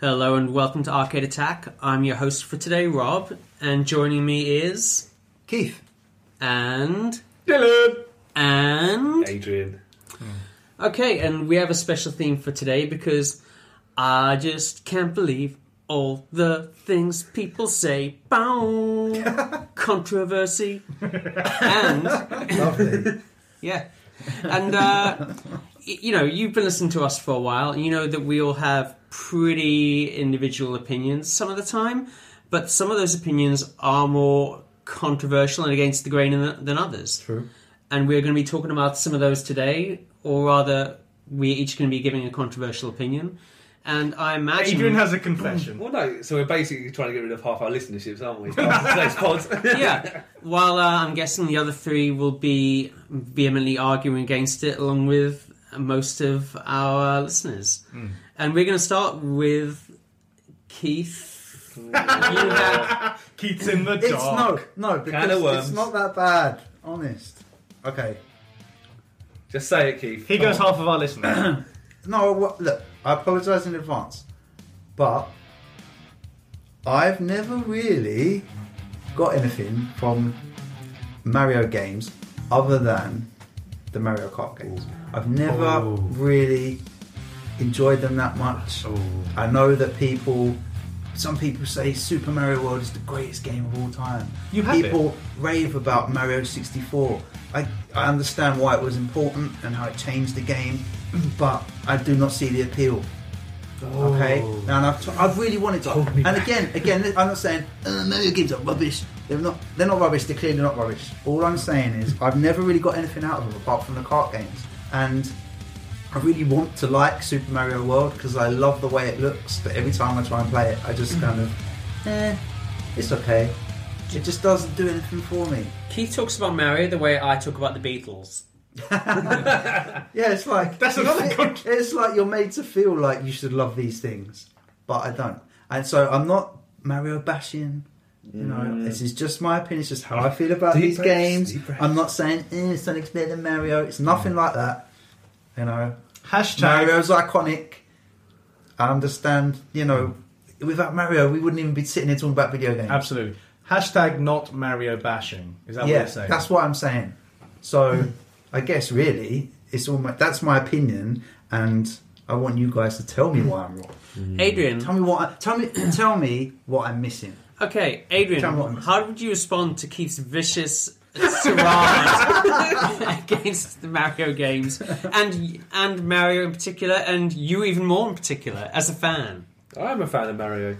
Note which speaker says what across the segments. Speaker 1: Hello and welcome to Arcade Attack. I'm your host for today, Rob, and joining me is
Speaker 2: Keith.
Speaker 1: and
Speaker 3: Dylan.
Speaker 1: and
Speaker 3: Adrian.
Speaker 1: okay, and we have a special theme for today because I just can't believe all the things people say. Bow controversy and
Speaker 2: Lovely.
Speaker 1: yeah, and uh, y- you know you've been listening to us for a while. and You know that we all have pretty individual opinions some of the time, but some of those opinions are more controversial and against the grain than than others. True. And we're going to be talking about some of those today, or rather, we're each going to be giving a controversial opinion. And I imagine
Speaker 4: Adrian has a confession.
Speaker 3: Well, no, so we're basically trying to get rid of half our listenerships, aren't we? After today's pod.
Speaker 1: yeah. While uh, I'm guessing the other three will be vehemently arguing against it, along with most of our listeners. And we're going to start with Keith. You had-
Speaker 4: Keith's in the
Speaker 5: It's
Speaker 4: dark.
Speaker 5: no, no,
Speaker 3: Can of
Speaker 5: because
Speaker 3: worms.
Speaker 5: it's not that bad. Honest. Okay.
Speaker 3: Just say it, Keith.
Speaker 4: He goes half of our listeners.
Speaker 5: No, wha- look, I apologise in advance, but I've never really got anything from Mario games other than the Mario Kart games. I've never
Speaker 4: Ooh.
Speaker 5: really enjoyed them that much. I know that people, some people say Super Mario World is the greatest game of all time.
Speaker 4: You have
Speaker 5: people rave about Mario 64. I, I understand why it was important and how it changed the game, but I do not see the appeal. Okay, and I've, t- I've really wanted to.
Speaker 4: Hold me
Speaker 5: And again, again, I'm not saying uh, Mario games are rubbish. They're not. They're not rubbish. They're clearly not rubbish. All I'm saying is I've never really got anything out of them apart from the kart games, and I really want to like Super Mario World because I love the way it looks, but every time I try and play it, I just kind of, eh, it's okay. It just doesn't do anything for me.
Speaker 1: Keith talks about Mario the way I talk about the Beatles.
Speaker 5: Yeah, it's like
Speaker 4: That's another
Speaker 5: It's, it's like you're made to feel like you should love these things, but I don't, and so I'm not Mario bashing. You know,
Speaker 4: Mm.
Speaker 5: this is just my opinion. It's just how I feel about
Speaker 3: Deep
Speaker 5: these
Speaker 3: breaths,
Speaker 5: games.
Speaker 3: deep breaths. Mm.
Speaker 5: I'm not saying eh, Sonic's better than Mario. It's nothing like that. You know,
Speaker 4: Hashtag.
Speaker 5: Mario's iconic. I understand, you know, without Mario, we wouldn't even be sitting here talking about video games.
Speaker 4: Absolutely. Hashtag not Mario bashing. Is that what
Speaker 5: yeah,
Speaker 4: you're saying?
Speaker 5: that's what I'm saying. So, I guess really, it's all my, that's my opinion, and I want you guys to tell me why I'm wrong.
Speaker 1: Adrian.
Speaker 5: Tell me what. I, tell me. tell me what I'm missing.
Speaker 1: Okay,
Speaker 5: Tell me what
Speaker 1: Adrian,
Speaker 5: I'm-
Speaker 1: how would you respond to Keith's vicious tirade against the Mario games and and Mario in particular, and you even more in particular as a fan?
Speaker 3: I am a fan of Mario.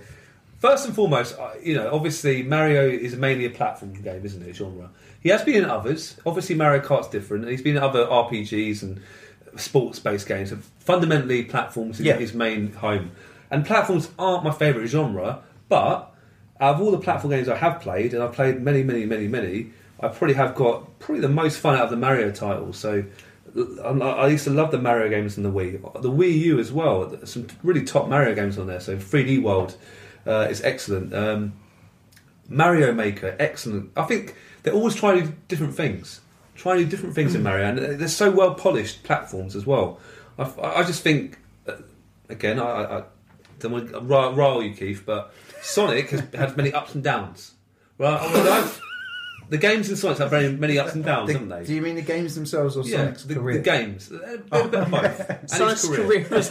Speaker 3: First and foremost, I- you know, obviously Mario is mainly a platform game, isn't it? Genre. He has been in others. Obviously, Mario Kart's different. and He's been in other RPGs and sports-based games. Fundamentally, platforms is
Speaker 5: Yeah.
Speaker 3: his main home. And platforms aren't my favourite genre, but out of all the platform games I have played, and I've played many, many, many, many, I probably have got probably the most fun out of the Mario titles. So I'm- I used to love the Mario games and the Wii, the Wii U as well. Some really top Mario games on there. So 3D World uh, is excellent. Um, Mario Maker, excellent. I think they're always trying to do different things, trying to do different things
Speaker 5: Hmm.
Speaker 3: in Mario, and they're so well polished platforms as well. I, I just think, uh, again, I, I I don't want to rile rile you, Keith, but Sonic has had many ups and downs. Well, I- well, I've- the games in Sonic have very many ups and downs,
Speaker 5: The-
Speaker 3: haven't they?
Speaker 5: Do you mean the games themselves or
Speaker 3: yeah,
Speaker 5: Sonic's
Speaker 3: the,
Speaker 5: career? Oh.
Speaker 3: the games, a bit, a bit of both. And his
Speaker 1: Sonic's career is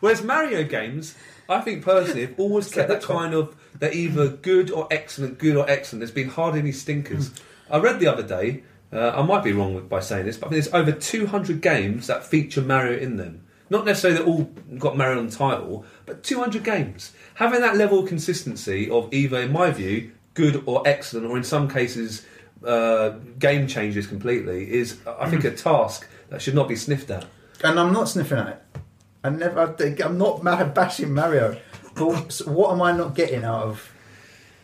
Speaker 3: Whereas Mario games, I think personally, have always kept that kind of they're either good or excellent, good or excellent. There's been hardly any stinkers. I read the other day. Uh, I might be wrong with, by saying this, but I think there's over 200 games that feature Mario in them. Not necessarily that all got Mario on the title, but 200 games. Having that level of consistency of either, in my view, good or excellent, or in some cases, uh, game changes completely, is, I think, a task that should not be sniffed at.
Speaker 5: And I'm not sniffing at it. I never. I think, I'm not mad bashing Mario. But so what am I not getting out of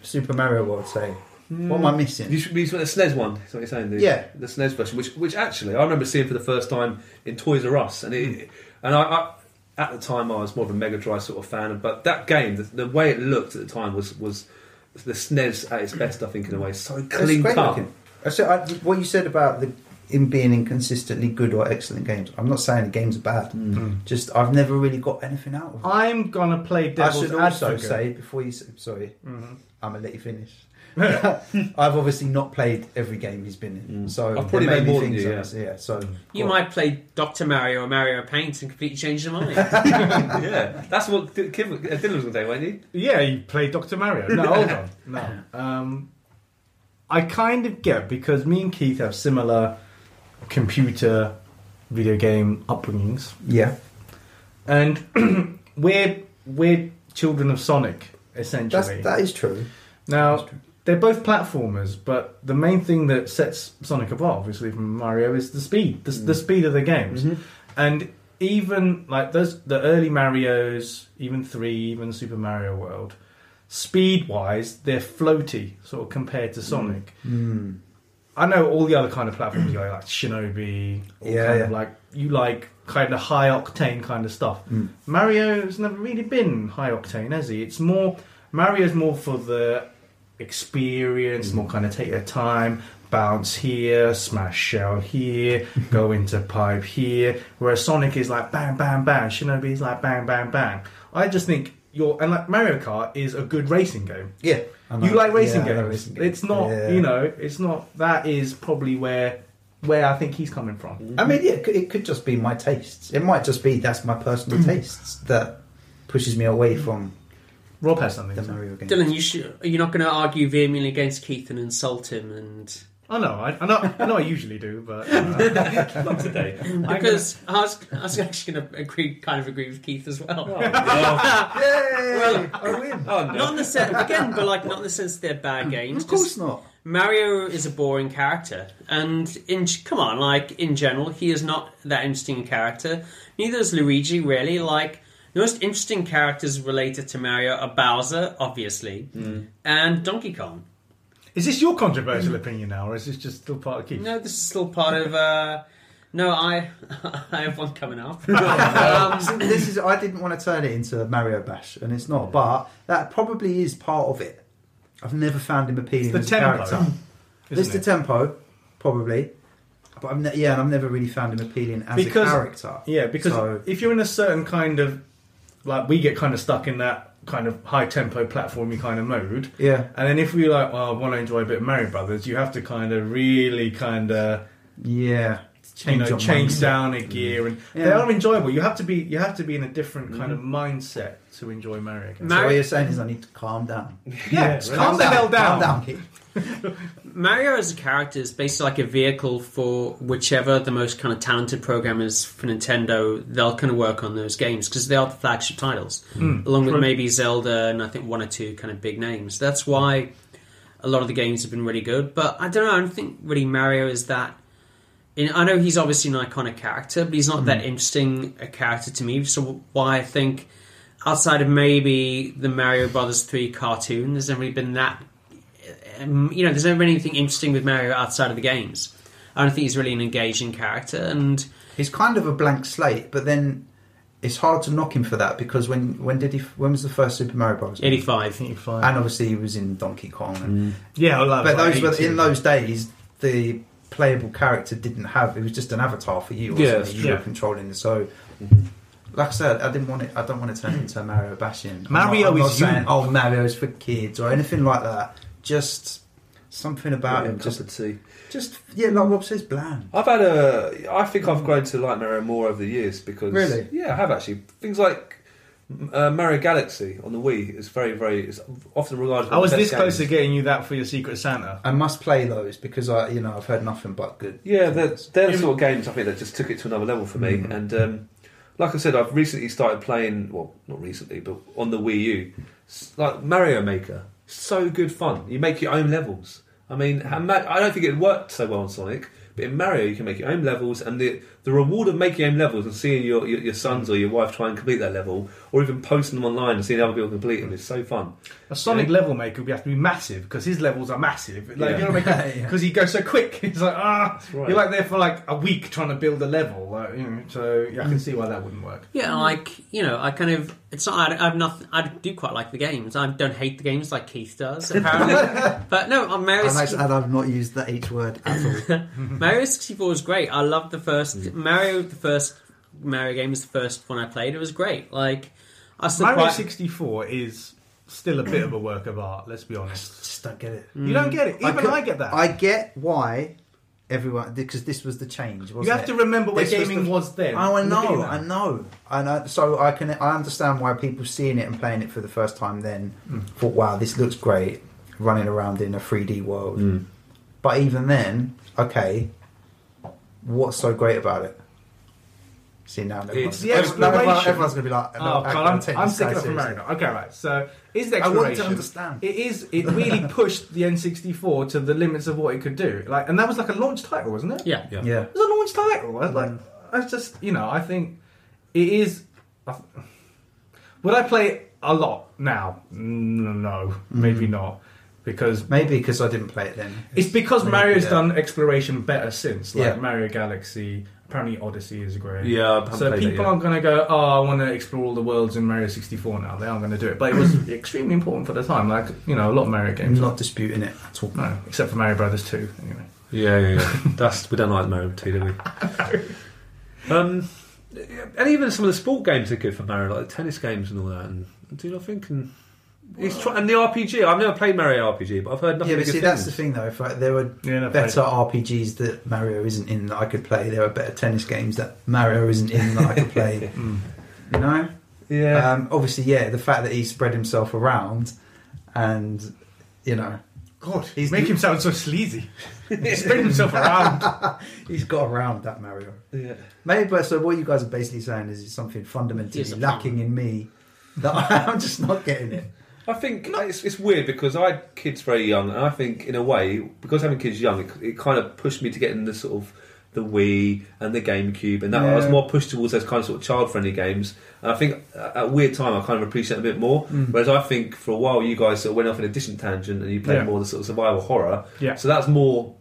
Speaker 5: Super Mario World? Say, what am I
Speaker 3: You
Speaker 5: missing?
Speaker 3: should be the SNES E one. That's what you're saying, dude.
Speaker 5: Yeah.
Speaker 3: the SNES version, which which actually I remember seeing for the first time in Toys R Us, and
Speaker 5: Hmm.
Speaker 3: it, and I, I at the time I was more of a Mega Drive sort of fan, but that game, the, the way it looked at the time was was the SNES at its best. I think in a way, so
Speaker 5: It's
Speaker 3: clean
Speaker 5: great
Speaker 3: cut.
Speaker 5: looking. I said I, what you said about the in being inconsistently good or excellent games. I'm not saying the games are bad. Just I've never really got anything out of it.
Speaker 4: I'm gonna play
Speaker 5: I
Speaker 4: devil's
Speaker 5: should also
Speaker 4: advocate.
Speaker 5: say before you s- sorry, I'm gonna let you finish. I've obviously not played every game he's been in, so
Speaker 3: I've
Speaker 5: there may
Speaker 3: probably played
Speaker 5: be
Speaker 3: more than
Speaker 5: things
Speaker 3: you,
Speaker 5: I miss, yeah. So
Speaker 1: You
Speaker 5: go on.
Speaker 1: might play Doctor Mario or Mario Paint and completely change your mind.
Speaker 3: yeah, that's what Kim, uh, Dylan was going to say, weren't you?
Speaker 4: Yeah, you play Doctor Mario. No, hold on. No. Um, I kind of get because me and Keith have similar computer video game upbringings,
Speaker 5: yeah,
Speaker 4: and we're we're children of Sonic
Speaker 5: that's
Speaker 4: essentially.
Speaker 5: that is true.
Speaker 4: now
Speaker 5: that's true.
Speaker 4: they're both platformers, but the main thing that sets Sonic apart, obviously from Mario, is the speed, the, the speed of the games, and even like those the early Mario's, even three, even Super Mario World, speed wise, they're floaty sort of compared to Sonic.
Speaker 5: Mm.
Speaker 4: I know all the other kind of platforms you like, like Shinobi, all
Speaker 5: Yeah,
Speaker 4: kind
Speaker 5: yeah.
Speaker 4: of like you like kind of high octane kind of stuff.
Speaker 5: Mm.
Speaker 4: Mario's never really been high octane, has he? It's more Mario's more for the experience,
Speaker 5: Mm.
Speaker 4: more kind of take your time, bounce here, smash shell here, go into pipe here. Whereas Sonic is like bang bang bang, Shinobi is like bang bang bang. I just think your and like Mario Kart is a good racing game
Speaker 5: Yeah, I know.
Speaker 4: you like racing,
Speaker 5: Yeah, I
Speaker 4: games.
Speaker 5: like racing
Speaker 4: It's not,
Speaker 5: Yeah.
Speaker 4: you know, it's not. That is probably where where I think he's coming from.
Speaker 5: I mean, yeah, it could, it could just be my tastes. It might just be that's my
Speaker 4: Hmm.
Speaker 5: personal tastes that pushes me away from
Speaker 4: Rob has something.
Speaker 5: the
Speaker 4: to say.
Speaker 5: Mario games.
Speaker 1: Dylan, you should, you're not going to argue vehemently against Keith and insult him, and
Speaker 4: I know. I, I know. I know. I usually do, but uh,
Speaker 3: Not today.
Speaker 1: because I was, I was actually going to agree, kind of agree with Keith as well.
Speaker 3: Oh, no.
Speaker 5: Yay!
Speaker 1: Well-
Speaker 5: I win.
Speaker 3: Oh, no.
Speaker 1: Not in the sense again, but like not in the sense they're bad games.
Speaker 5: Of course
Speaker 1: Just
Speaker 5: not.
Speaker 1: Mario is a boring character, and in come on, like in general, he is not that interesting a character. Neither is Luigi, really. Like the most interesting characters related to Mario are Bowser, obviously, and Donkey Kong.
Speaker 4: is this your controversial opinion now, or is this just still part of Keith?
Speaker 1: No, this is still part of. Uh, no, I I have one coming up. um,
Speaker 5: this is I didn't want to turn it into a Mario bash, and it's not. But that probably is part of it. I've never found him appealing
Speaker 4: the
Speaker 5: as a
Speaker 4: tempo,
Speaker 5: character. It's
Speaker 4: isn't
Speaker 5: the
Speaker 4: it?
Speaker 5: tempo, probably. But I've ne- yeah, and I've never really found him appealing as
Speaker 4: Because-
Speaker 5: a character.
Speaker 4: Yeah, because
Speaker 5: So-
Speaker 4: if you're in a certain kind of like we get kind of stuck in that kind of high tempo platformy kind of mode.
Speaker 5: Yeah,
Speaker 4: And then if we like, well, I want to enjoy a bit of Mario Brothers, you have to kind of really kind of
Speaker 5: yeah.
Speaker 4: you know
Speaker 5: your
Speaker 4: change
Speaker 5: mindset.
Speaker 4: down a gear, and
Speaker 5: Mm. Yeah. Mm.
Speaker 4: they are enjoyable. You have to be you have to be in a different kind of mindset to enjoy Mario. Games.
Speaker 5: So
Speaker 1: Mario-
Speaker 5: what you're saying is I need to calm down.
Speaker 4: Yeah, calm the hell
Speaker 5: Calm
Speaker 4: down.
Speaker 5: down, kid.
Speaker 1: Mario as a character is basically like a vehicle for whichever the most kind of talented programmers for Nintendo. They'll kind of work on those games because they are the flagship titles, Mm. along with
Speaker 4: Mm. True.
Speaker 1: maybe Zelda and I think one or two kind of big names. That's why a lot of the games have been really good. But I don't know. I don't think really Mario is that. In, I know he's obviously an iconic character, but he's not
Speaker 4: Mm.
Speaker 1: that interesting a character to me. So why I think outside of maybe the Mario Brothers three cartoon, there's never really been that. Um, you know, there's never been anything interesting with Mario outside of the games. I don't think he's really an engaging character, and
Speaker 5: He's kind of a blank slate, but then it's hard to knock him for that because when when did he? When was the first Super Mario Bros?
Speaker 1: eighty-five.
Speaker 4: Think you're fine.
Speaker 5: And obviously he was in Donkey Kong. And,
Speaker 4: yeah, I love
Speaker 5: But
Speaker 4: like
Speaker 5: those were
Speaker 4: 80.
Speaker 5: in those days the playable character didn't have. It was just an avatar for you.
Speaker 3: Yeah,
Speaker 5: Wasn't
Speaker 3: that's
Speaker 5: it? You were
Speaker 4: true.
Speaker 5: controlling. So, like I said, I didn't want it. I don't want to turn it into a Mario bashing. I'm
Speaker 4: Mario
Speaker 5: not, I'm
Speaker 4: is
Speaker 5: not
Speaker 4: you.
Speaker 5: saying oh Mario's for kids or anything like that. Just something about him. Just,
Speaker 3: tea.
Speaker 5: just yeah, like Rob says, bland.
Speaker 3: I've had a. I think I've grown to like Mario more over the years because.
Speaker 5: Really?
Speaker 3: Yeah, I have actually. Things like uh, Mario Galaxy on the Wii is very, very. It's often regarded. as
Speaker 4: I
Speaker 3: one of
Speaker 4: was
Speaker 3: the
Speaker 4: this
Speaker 3: best
Speaker 4: close to
Speaker 3: games.
Speaker 4: getting you that for your Secret Santa.
Speaker 5: I must play those because I, you know, I've heard nothing but good.
Speaker 3: Yeah, they're,
Speaker 5: things.
Speaker 3: they're the sort of games I think that just took it to another level for me.
Speaker 5: Mm.
Speaker 3: And um, like I said, I've recently started playing. Well, not recently, but on the Wii U, s- like Mario Maker. So good fun. You make your own levels. I mean, how ma- I don't think it worked so well on Sonic, But in Mario, you can make your own levels, and the the reward of making your own levels and seeing your, your, your sons or your wife try and complete that level, or even posting them online and seeing other people complete them, is so fun.
Speaker 4: A Sonic level maker would have to be massive because his levels are massive. Like
Speaker 3: Yeah.
Speaker 4: you know what I mean?
Speaker 5: Yeah.
Speaker 4: Because he goes so quick. It's like ah,
Speaker 3: right.
Speaker 4: you're like there for like a week trying to build a level. Like, you know, so yeah, I can see why that wouldn't work.
Speaker 1: Yeah, like you know, I kind of it's not. I, I've nothing. I do quite like the games. I don't hate the games like Keith does apparently. but no, on Mario
Speaker 5: I like to add I've not used that each word at all.
Speaker 1: Mario 64 was great. I loved the first Mario. The first Mario game is the first one I played. It was great. Like I was
Speaker 4: Mario
Speaker 1: surprised.
Speaker 4: 64 is still a bit of a work of art. Let's be honest.
Speaker 5: Just don't get it.
Speaker 4: You don't get it. Even I,
Speaker 5: could-
Speaker 4: get that.
Speaker 5: I get why everyone because this was the change. Wasn't
Speaker 4: you have
Speaker 5: it?
Speaker 4: to remember where
Speaker 5: This was
Speaker 4: gaming
Speaker 5: the-
Speaker 4: was then.
Speaker 5: Oh, I
Speaker 4: in the
Speaker 5: know,
Speaker 4: beginning.
Speaker 5: I know, I know. So I can, I understand why people seeing it and playing it for the first time then
Speaker 4: Hmm.
Speaker 5: thought, "Wow, this looks great!" Running around in a 3D world.
Speaker 4: Hmm.
Speaker 5: But even then, okay, what's so great about it? See now,
Speaker 3: It's
Speaker 5: everyone's,
Speaker 3: the
Speaker 5: everyone- everyone-
Speaker 4: exploration.
Speaker 5: everyone's gonna be like,
Speaker 4: Oh,
Speaker 5: no, I
Speaker 4: God, I'm,
Speaker 5: can't take
Speaker 4: I'm
Speaker 5: this
Speaker 4: sticking
Speaker 5: guy
Speaker 4: up for
Speaker 5: seriously.
Speaker 4: Mario. Okay, right. So is the
Speaker 5: I
Speaker 4: exploration?
Speaker 5: wanted to understand.
Speaker 4: It is. It really pushed the N64 to the limits of what it could do. Like, and that was like a launch title, wasn't it?
Speaker 1: Yeah.
Speaker 5: Yeah,
Speaker 4: It was a launch title. I was
Speaker 5: Mm.
Speaker 4: like, I was just, you know, I think it is. I th- would I play it a lot now? Mm, No, maybe not, because
Speaker 5: maybe because I didn't play it then.
Speaker 4: it's because
Speaker 5: Maybe,
Speaker 4: Mario's
Speaker 5: yeah.
Speaker 4: done exploration better since, like
Speaker 5: Yeah.
Speaker 4: Mario Galaxy. Apparently, Odyssey is great.
Speaker 3: Yeah, I haven't
Speaker 4: So
Speaker 3: played it
Speaker 4: people
Speaker 3: yet.
Speaker 4: aren't going to go. Oh, I want to explore all the worlds in Mario 64 now. They aren't going to do it, but it was extremely important for the time. Like you know, a lot of Mario
Speaker 5: I'm
Speaker 4: games.
Speaker 3: Mm.
Speaker 5: not disputing it at all.
Speaker 4: No, except for Mario Brothers 2. Anyway,
Speaker 3: Yeah, yeah, yeah. That's we don't like Mario Two, do we? um, and even some of the sport games are good for Mario, like the tennis games and all that. And do you not think? And he's try- and the RPG. I've never played Mario RPG, but I've heard nothing.
Speaker 5: Yeah,
Speaker 3: but
Speaker 5: but see, that's the thing though. If I, there were
Speaker 4: yeah, no,
Speaker 5: better RPGs that Mario isn't in that I could play. There are better tennis games that Mario isn't in that I could play.
Speaker 4: Mm.
Speaker 5: You know,
Speaker 3: Yeah,
Speaker 5: um, obviously, yeah, the fact that he spread himself around and you know
Speaker 4: God,
Speaker 5: He's-
Speaker 4: he's make him sound so sleazy. He spread himself around.
Speaker 5: he's got around that Mario.
Speaker 3: yeah.
Speaker 5: Maybe, but so what you guys are basically saying is it's something fundamentally
Speaker 1: He's a
Speaker 5: lacking in me that I'm just not getting it.
Speaker 3: I think it's, it's weird because I had kids very young, and I think in a way because having kids young, it, it kind of pushed me to get in the sort of the Wii and the GameCube, and that I was
Speaker 5: Yeah.
Speaker 3: more pushed towards those kind of sort of child-friendly games. And I think at a weird time, I kind of appreciate it a bit more. Whereas I think for a while, you guys sort of went off in a different tangent, and you played
Speaker 4: Yeah.
Speaker 3: more the sort of survival horror.
Speaker 4: Yeah.
Speaker 3: So that's more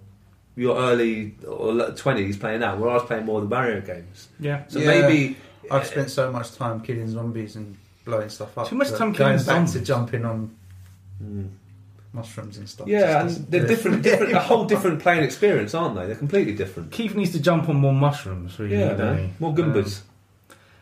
Speaker 3: your early or twenties playing that, where I was playing more the Mario games.
Speaker 4: Yeah.
Speaker 3: So
Speaker 5: Yeah.
Speaker 3: maybe
Speaker 5: I've spent so much time killing zombies and blowing stuff up.
Speaker 4: Too much
Speaker 5: that
Speaker 4: time
Speaker 5: going
Speaker 4: killing
Speaker 5: back to
Speaker 4: zombies.
Speaker 5: jumping on
Speaker 3: Mm.
Speaker 5: mushrooms and stuff. just
Speaker 3: yeah, and
Speaker 5: doesn't
Speaker 3: they're
Speaker 5: do it.
Speaker 3: different, different, a whole different playing experience, aren't they? They're completely different.
Speaker 4: Keith needs to jump on more mushrooms, really.
Speaker 3: Yeah,
Speaker 4: doesn't he? Um,
Speaker 3: man. More Goombas.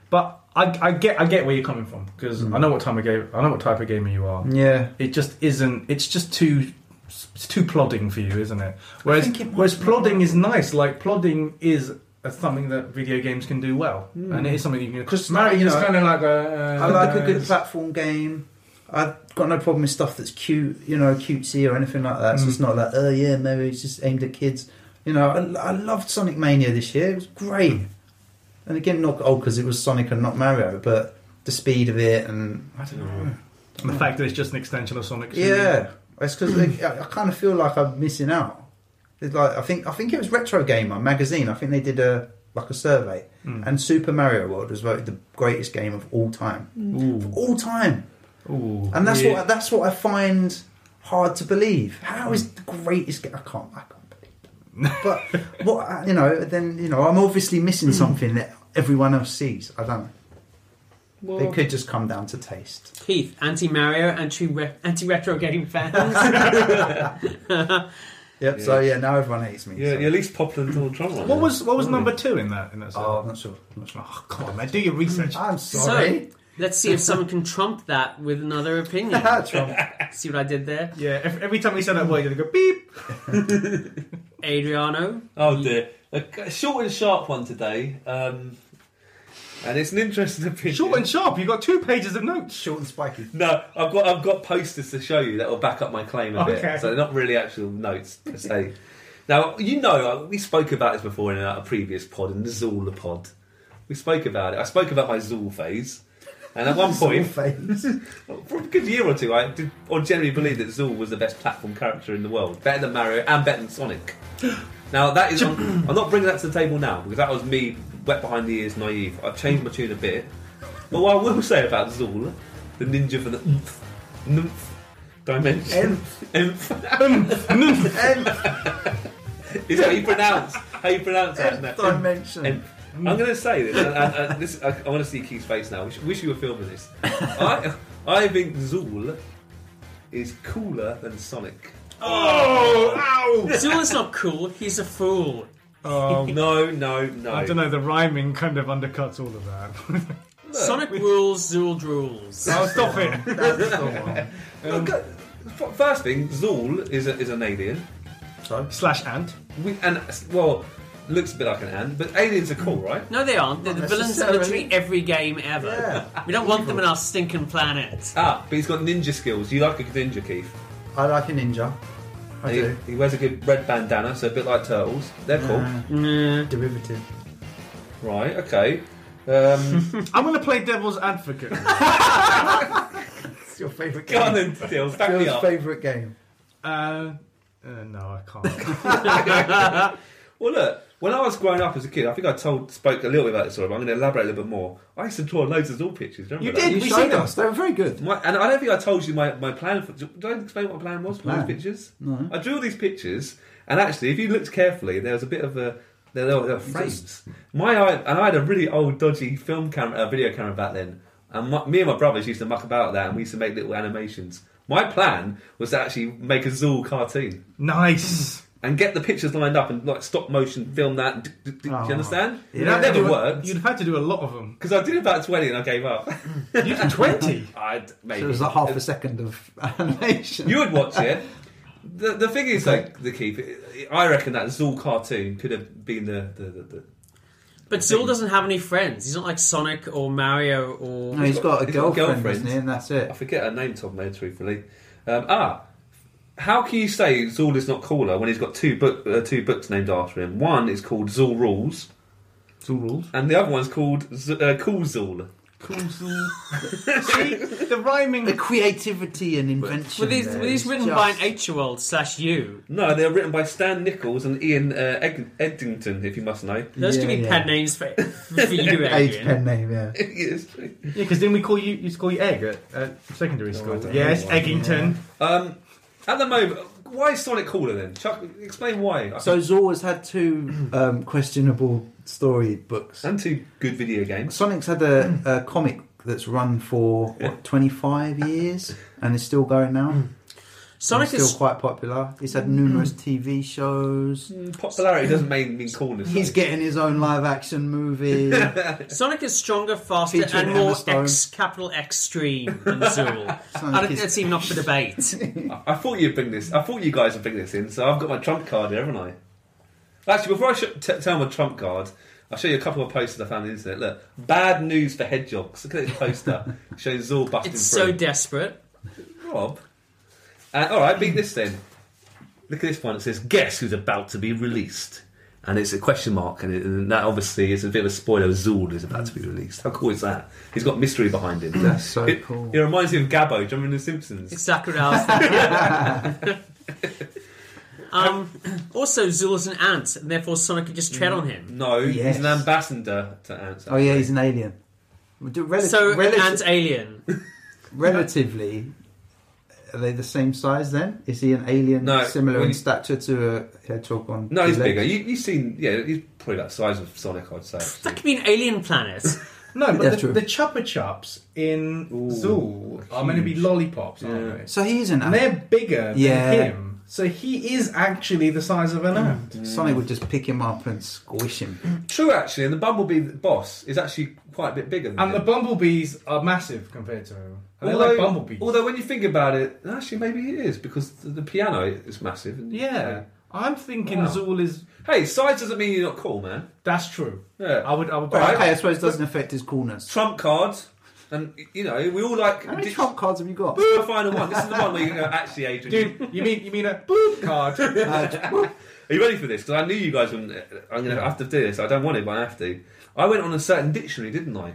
Speaker 4: But I, I get I get where you're coming from because
Speaker 3: Mm.
Speaker 4: I know what time of game I know what type of gamer you are.
Speaker 5: Yeah,
Speaker 4: It just isn't. It's just too it's too plodding for you, isn't it? Whereas
Speaker 5: think it might
Speaker 4: whereas
Speaker 5: be.
Speaker 4: plodding is nice. Like plodding is uh, something that video games can do well, and it is something you can. Because Mario
Speaker 5: Hmm. you
Speaker 4: is
Speaker 5: know,
Speaker 4: kind of like a.
Speaker 5: I like a uh, good platform game. I've got no problem with stuff that's cute, you know, cutesy or anything like that. So it's not like, oh yeah, maybe it's just aimed at kids. You know, I, I loved Sonic Mania this year. It was great. And again, not oh, because it was Sonic and not Mario, but the speed of it and I don't know.
Speaker 4: the fact that it's just an extension of Sonic. 2.
Speaker 5: Yeah, it's because I, I kind of feel like I'm missing out. It's like I think I think it was Retro Gamer magazine. I think they did a like a survey,
Speaker 4: Mm.
Speaker 5: and Super Mario World was voted the greatest game of all time.
Speaker 4: Hmm. Ooh.
Speaker 5: All time.
Speaker 4: Ooh.
Speaker 5: And that's
Speaker 3: Yeah.
Speaker 5: what that's what I find hard to believe. How is the greatest? ga- I can't. I can't believe. That. But what I- you know? Then you know, I'm obviously
Speaker 4: Mm.
Speaker 5: missing something that everyone else sees. I don't. know. It could just come down to taste.
Speaker 1: Keith, anti Mario, anti anti retro game fans.
Speaker 5: Yep.
Speaker 3: Yeah.
Speaker 5: So yeah, now everyone hates me.
Speaker 3: Yeah,
Speaker 5: so.
Speaker 3: you're at least popular than Donald Trump.
Speaker 4: What was what was number two in that in that?
Speaker 5: Oh,
Speaker 4: survey?
Speaker 5: I'm not sure. I'm not sure.
Speaker 4: Oh, come on, man, Uh, do your research.
Speaker 5: I'm sorry.
Speaker 1: Let's see if someone can trump that with another opinion.
Speaker 5: Trump.
Speaker 1: see what I did there,
Speaker 4: Yeah, every, every time we say that word, you're gonna go beep.
Speaker 1: Adriano.
Speaker 3: Oh dear. A c- short and sharp one today. Um, and it's an interesting opinion.
Speaker 4: Short and sharp. You got two pages of notes.
Speaker 5: Short and spiky.
Speaker 3: no, I've got I've got posters to show you that will back up my claim a
Speaker 4: Okay.
Speaker 3: bit. So they're not really actual notes per se. now you know uh, we spoke about this before in a, a previous pod in the Zool pod. We spoke about it. I spoke about my Zool phase, and at one point,
Speaker 5: Face.
Speaker 3: For a good year or two, I did, or generally believed that Zool was the best platform character in the world, better than Mario and better than Sonic. Now that is, I'm, I'm not bringing that to the table now because that was me wet behind the ears, naive. I've changed my tune a bit, but what I will say about Zool, the ninja for the oomph, nymph dimension, Emph.
Speaker 5: Nth
Speaker 3: is how you pronounce how you pronounce that. isn't it?
Speaker 5: dimension.
Speaker 3: And I'm going to say this. And, and, and this I, I want to see Keith's face now. Wish, wish you were filming this. I, I think Zool is cooler than Sonic.
Speaker 4: Oh, ow!
Speaker 1: Zula's not cool. He's a fool.
Speaker 4: Um,
Speaker 3: No, no, no.
Speaker 4: I don't know. The rhyming kind of undercuts all of that.
Speaker 1: Sonic rules. Zool rules.
Speaker 4: oh, stop it!
Speaker 5: That's the one.
Speaker 3: Look, uh, f- first thing, Zool is, a, is an alien.
Speaker 4: Slash ant.
Speaker 3: We, and well, looks a bit like an ant, but aliens are cool, right?
Speaker 1: No, they aren't. They're the
Speaker 5: Not
Speaker 1: villains that
Speaker 5: necessarily.
Speaker 1: treat every game ever.
Speaker 5: Yeah.
Speaker 1: We don't want them on our stinking planet.
Speaker 3: Ah, but he's got ninja skills. You like a ninja, Keith?
Speaker 5: I like a ninja. I
Speaker 3: He,
Speaker 5: do.
Speaker 3: he wears a good red bandana, so a bit like turtles. They're cool,
Speaker 1: Nah.
Speaker 5: Derivative.
Speaker 3: right? Okay. Um,
Speaker 4: I'm going to play devil's advocate.
Speaker 5: It's your favourite
Speaker 3: go on
Speaker 5: game.
Speaker 3: then, Steels, back me
Speaker 5: Phil's
Speaker 3: up.
Speaker 5: favourite game.
Speaker 4: uh, uh, no, I can't.
Speaker 3: Well, look, when I was growing up as a kid, I think I told spoke a little bit about this story, but I'm going to elaborate a little bit more. I used to draw loads of all pictures. do remember
Speaker 5: You
Speaker 3: that?
Speaker 5: did.
Speaker 4: You
Speaker 5: You showed
Speaker 4: showed
Speaker 5: us. They were very good.
Speaker 3: My, and I don't think I told you my, my plan for. Did I explain what my plan was for
Speaker 5: Plan?
Speaker 3: these pictures?
Speaker 5: No.
Speaker 3: I drew all these pictures, and actually, if you looked carefully, there was a bit of a. There, there were, there were frames. My eye, and I had a really old, dodgy film camera, uh, video camera back then. And my, me and my brothers used to muck about with that, and we used to make little animations. My plan was to actually make a Zool cartoon
Speaker 4: nice.
Speaker 3: and get the pictures lined up and like stop motion film that. and d- d- d- Do
Speaker 5: Oh.
Speaker 3: you understand?
Speaker 5: Yeah.
Speaker 3: that never
Speaker 4: You'd have-
Speaker 3: worked
Speaker 4: You'd have had to do a lot of them.
Speaker 3: because I did about twenty and I gave up.
Speaker 4: You did 20.
Speaker 3: I'd maybe
Speaker 5: So it was like half a second of animation.
Speaker 3: you would watch it. The, the thing is, like the keep, I reckon that Zool cartoon could have been the the, the, the
Speaker 1: But Zool doesn't have any friends. He's not like Sonic or Mario or.
Speaker 5: no, he's got a
Speaker 3: He's got
Speaker 5: girlfriend,
Speaker 3: a girlfriend.
Speaker 5: doesn't he? And that's
Speaker 3: I
Speaker 5: it.
Speaker 3: forget her name, Tom Mayer, truthfully. Um, ah, how can you say Zool is not cooler when he's got two book uh, two books named after him? One is called Zool Rules,
Speaker 5: It's all rules.
Speaker 3: and the other one's called Z- uh, Cool Zool.
Speaker 4: See, the rhyming.
Speaker 5: The creativity and invention.
Speaker 1: Were these,
Speaker 5: there
Speaker 1: were these
Speaker 5: is
Speaker 1: written
Speaker 5: just-
Speaker 1: by an eight-year-old slash you?
Speaker 3: No, they're written by Stan Nichols and Ian uh, Egg- Eddington, if you must know.
Speaker 1: Those could
Speaker 5: Yeah,
Speaker 1: be
Speaker 5: yeah.
Speaker 1: pen names for, for you,
Speaker 5: Age
Speaker 1: Adrian.
Speaker 5: pen name, yeah.
Speaker 3: Yes.
Speaker 4: Yeah, because then we call you, you call you Egg at, at secondary
Speaker 5: I
Speaker 4: school.
Speaker 5: don't
Speaker 4: yes,
Speaker 5: know why.
Speaker 4: Eggington.
Speaker 3: um, at the moment, why is Sonic cooler then? Chuck, explain why.
Speaker 5: So Zor's had two um, questionable story books.
Speaker 3: and two good video games.
Speaker 5: Sonic's had a, a comic that's run for what, 25 years and is still going now.
Speaker 1: Sonic
Speaker 5: it's still
Speaker 1: is
Speaker 5: quite popular. He's had numerous TV shows.
Speaker 3: Mm, Popularity doesn't mean, mean coolness.
Speaker 5: He's
Speaker 3: though.
Speaker 5: getting his own live action movie.
Speaker 1: Sonic is stronger, faster,
Speaker 5: Featuring
Speaker 1: and
Speaker 5: Emma
Speaker 1: more
Speaker 5: Stone.
Speaker 1: ex capital extreme than Zool. I
Speaker 5: Sonic
Speaker 1: don't,
Speaker 5: is-
Speaker 1: that's even up for debate.
Speaker 3: I, I thought you'd bring this. I thought you guys would bring this in. So I've got my trump card here, haven't I? Actually, before I sh- t- tell my trump card, I'll show you a couple of posters I found on the internet. Look, bad news for hedgehogs. Look at this poster showing Zool busting
Speaker 1: It's so
Speaker 3: through.
Speaker 1: desperate.
Speaker 3: Rob. Uh, all right, beat this then. Look at this one. It says, "Guess who's about to be released." And it's a question mark, and, it, and that obviously is a bit of a spoiler. Zool is about to be released. How cool is that? He's got mystery behind him.
Speaker 5: That's so
Speaker 3: it,
Speaker 5: cool.
Speaker 3: It reminds me of Gabbo. Do you remember in The Simpsons?
Speaker 1: It's Zachary Alston. um, also, Zool is an ant, and therefore Sonic could just tread on him.
Speaker 3: No,
Speaker 5: Yes.
Speaker 3: he's an ambassador to ants.
Speaker 5: Oh, yeah, he's an alien. Do rel-
Speaker 1: So,
Speaker 5: rel-
Speaker 1: an ant alien.
Speaker 5: relatively, are they the same size then? Is he an alien
Speaker 3: No,
Speaker 5: similar
Speaker 3: when
Speaker 5: in
Speaker 3: you-
Speaker 5: stature to a hedgehog on
Speaker 3: No,
Speaker 5: two
Speaker 3: he's
Speaker 5: legs?
Speaker 3: bigger. You, you've seen, yeah, he's probably about the size of Sonic, I'd say.
Speaker 1: That could be an alien planet.
Speaker 4: No, but
Speaker 5: Yeah,
Speaker 4: the,
Speaker 5: true.
Speaker 4: the Chupa Chups in
Speaker 3: Ooh,
Speaker 4: Zool are meant to be lollipops, aren't they?
Speaker 5: So he is an
Speaker 4: And
Speaker 5: ant.
Speaker 4: they're bigger
Speaker 5: Yeah.
Speaker 4: than him. So he is actually the size of an ant.
Speaker 5: Sonic would just pick him up and squish him.
Speaker 3: True, actually, and the Bumblebee boss is actually quite a bit bigger than
Speaker 4: And the
Speaker 3: him.
Speaker 4: bumblebees are massive compared to him. And they're like bumblebees.
Speaker 3: although when you think about it, actually maybe it is because the, the piano is massive. And,
Speaker 4: yeah. I'm thinking
Speaker 3: Wow.
Speaker 4: Zool is.
Speaker 3: Hey, size doesn't mean you're not cool, man.
Speaker 4: That's true.
Speaker 3: Yeah.
Speaker 4: I would. I would.
Speaker 3: Right.
Speaker 5: Okay, I suppose it doesn't affect his coolness.
Speaker 3: Trump cards, and you know we all like.
Speaker 5: How many
Speaker 3: Did-
Speaker 5: trump cards have you got?
Speaker 3: the final one. This is the one where you go. Actually, Adrian,
Speaker 4: Dude, you mean you mean a boop card?
Speaker 3: Are you ready for this? Because I knew you guys wouldn't. I'm going to have to do this. I don't want it, but I have to. I went on a certain dictionary, didn't I?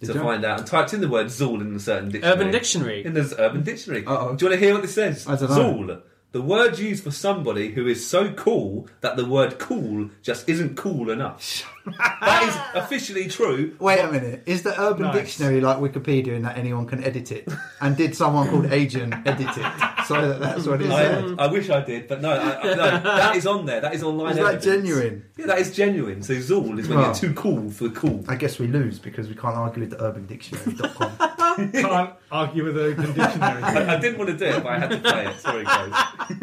Speaker 5: Did
Speaker 3: to
Speaker 5: you?
Speaker 3: find out and typed in the word Zool in a certain dictionary.
Speaker 1: Urban Dictionary.
Speaker 3: In this Urban Dictionary.
Speaker 5: Uh-oh.
Speaker 3: Do you want to hear what this says?
Speaker 5: I dunno.
Speaker 3: Zool. The word used for somebody who is so cool that the word cool just isn't cool enough. that is officially true.
Speaker 5: Wait a minute. Is the Urban
Speaker 4: Nice.
Speaker 5: Dictionary like Wikipedia in that anyone can edit it? And did someone called Adrian edit it? So that that's what it
Speaker 3: I,
Speaker 5: said.
Speaker 3: I wish I did, but no, I, I- no, that is on there. That is online.
Speaker 5: Is that
Speaker 3: evidence.
Speaker 5: genuine?
Speaker 3: Yeah, that is genuine. So Zool is when
Speaker 5: Oh.
Speaker 3: you're too cool for cool.
Speaker 5: I guess we lose because we can't argue with the urbandictionary.com.
Speaker 4: Can't argue with the dictionary.
Speaker 3: I, I didn't want to do it, but I had to play it. Sorry, guys.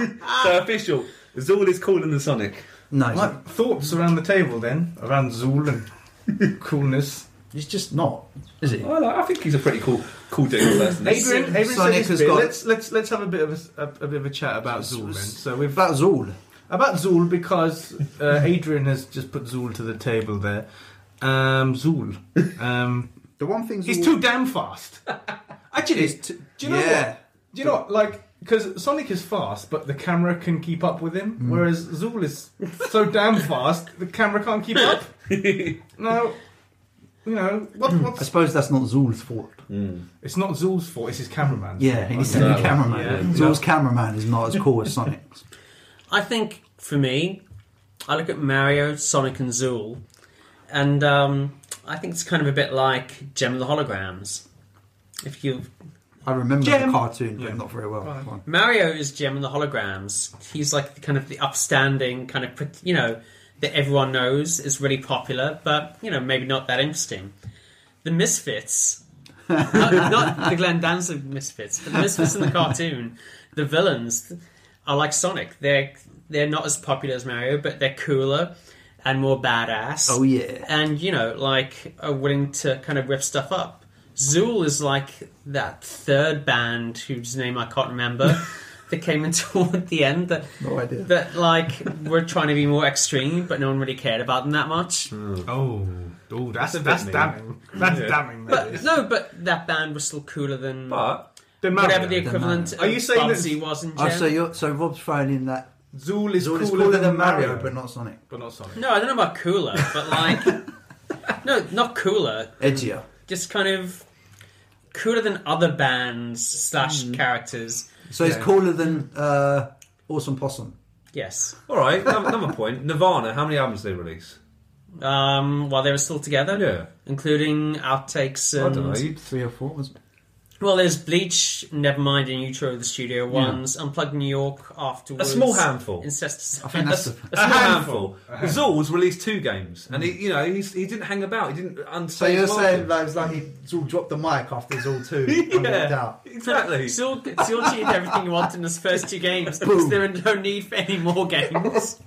Speaker 3: so official. Zool is cooler than Sonic.
Speaker 5: No,
Speaker 4: My thoughts around the table then, around Zool and coolness.
Speaker 5: it's just not, is it?
Speaker 3: I, like, I think he's a pretty cool, cool dude. personally.
Speaker 4: Adrian, Adrian
Speaker 5: Sonic
Speaker 4: said
Speaker 5: has
Speaker 4: this bit.
Speaker 5: got-
Speaker 4: Let's let's let's have a bit of a, a, a bit of a chat about Zool. Then. So we've
Speaker 5: About Zool.
Speaker 4: about Zool because uh, Adrian has just put Zool to the table there. Um, Zool, um,
Speaker 5: The one thing Zool,
Speaker 4: he's too damn fast. Actually, do you know
Speaker 5: yeah.
Speaker 4: what? Do you know what? Like, because Sonic is fast, but the camera can keep up with
Speaker 5: Mm.
Speaker 4: him, whereas Zool is so damn fast the camera can't keep up. no. You know what?
Speaker 5: I
Speaker 4: What's,
Speaker 5: suppose that's not Zool's fault.
Speaker 4: it's not Zool's fault. It's his cameraman's
Speaker 5: Yeah,
Speaker 4: fault.
Speaker 5: he needs to be a cameraman.
Speaker 4: Yeah.
Speaker 5: Zool's cameraman is not as cool as Sonic's.
Speaker 1: I think for me, I look at Mario, Sonic, and Zool, and um, I think it's kind of a bit like Gem of the Holograms. If you
Speaker 5: I remember
Speaker 4: Gem.
Speaker 5: the cartoon, but
Speaker 4: Yeah.
Speaker 5: not very well.
Speaker 4: Right.
Speaker 5: Go on.
Speaker 1: Mario is Gem of the Holograms, he's like the, kind of the upstanding kind of pret- you know that everyone knows is really popular, but you know maybe not that interesting. The Misfits, not, not the Glenn Danzig Misfits, but the Misfits in the cartoon, the villains are like Sonic. They're they're not as popular as Mario, but they're cooler and more badass.
Speaker 5: Oh yeah.
Speaker 1: And you know, like are willing to kind of rip stuff up. Zool is like that third band whose name I can't remember that came in toward the end that
Speaker 4: Oh,
Speaker 5: No idea.
Speaker 1: that like were trying to be more extreme, but no one really cared about them that much.
Speaker 4: Oh, oh, that's
Speaker 3: bit
Speaker 4: that's
Speaker 3: mean.
Speaker 4: damning. That's
Speaker 3: Yeah.
Speaker 4: damning. That
Speaker 1: But
Speaker 4: is.
Speaker 1: no, but that band was still cooler than
Speaker 3: But
Speaker 4: Then Mario.
Speaker 1: whatever the equivalent.
Speaker 4: Are you
Speaker 1: of
Speaker 4: saying that-
Speaker 1: Bubsy was in
Speaker 5: Oh, so
Speaker 1: Gem.
Speaker 5: you're so Rob's throwing in that
Speaker 4: Zool is
Speaker 5: Zool
Speaker 4: cooler,
Speaker 5: is cooler
Speaker 4: than, Mario,
Speaker 5: but not Sonic.
Speaker 4: but not Sonic.
Speaker 1: No, I don't know about cooler, but like no, not cooler.
Speaker 5: Edgier.
Speaker 1: Just kind of cooler than other bands slash
Speaker 4: Mm.
Speaker 1: characters.
Speaker 5: So
Speaker 4: Yeah.
Speaker 5: it's cooler than uh, Awesome Possum.
Speaker 1: Yes.
Speaker 3: all right, another another point. Nirvana. How many albums did they release?
Speaker 1: Um, while they were still together,
Speaker 3: Yeah.
Speaker 1: including outtakes
Speaker 3: I
Speaker 1: and
Speaker 3: don't know. You-
Speaker 5: Three or four, wasn't it?
Speaker 1: well, there's Bleach, Nevermind, and Utero the studio ones, Unplugged New York
Speaker 3: a
Speaker 1: afterwards.
Speaker 3: small handful.
Speaker 1: Incesticide.
Speaker 5: I think that's the-
Speaker 3: A handful. Zool's released two games, and he, you know, he's, he didn't hang about. He didn't.
Speaker 5: So you're saying like, it's like he Zool dropped the mic after Zool 2 and walked
Speaker 3: yeah,
Speaker 5: out.
Speaker 3: exactly.
Speaker 1: Seal cheated everything he wanted in his first two games because there are no need for any more games.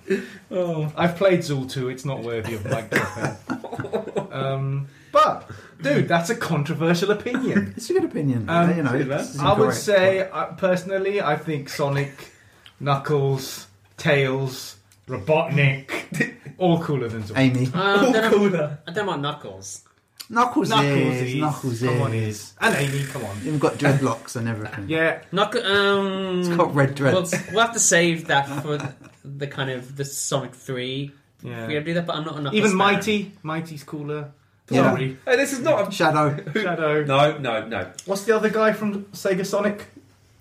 Speaker 4: I've played Zool 2, it's not worthy of mic dropping. um, but, dude, that's a controversial opinion.
Speaker 5: It's a good opinion.
Speaker 4: Um,
Speaker 5: you know,
Speaker 3: see that?
Speaker 5: it's
Speaker 4: I would
Speaker 5: incorrect.
Speaker 4: say, I, personally, I think Sonic, Knuckles, Tails, Robotnik, all cooler than Zool.
Speaker 5: Amy.
Speaker 1: Um, then I'm-
Speaker 3: cooler.
Speaker 1: I don't want Knuckles.
Speaker 5: Knuckles,
Speaker 4: Knuckles
Speaker 5: is.
Speaker 4: is.
Speaker 5: Knuckles
Speaker 4: Come on,
Speaker 5: is.
Speaker 4: is. And Amy, come on.
Speaker 5: You've got dreadlocks and everything.
Speaker 4: Yeah,
Speaker 1: Knuckle. Um,
Speaker 5: It's got red
Speaker 1: we'll,
Speaker 5: dreads.
Speaker 1: we'll have to save that for the, the kind of the Sonic Three.
Speaker 4: yeah.
Speaker 1: If we ever do that, but I'm not a Knuckles.
Speaker 4: Even
Speaker 1: fan.
Speaker 4: Mighty, Mighty's cooler.
Speaker 5: Yeah.
Speaker 4: Sorry.
Speaker 3: Hey, this is
Speaker 4: um,
Speaker 3: not a.
Speaker 5: Shadow.
Speaker 4: Shadow.
Speaker 3: No, no, no.
Speaker 4: What's the other guy from Sega Sonic?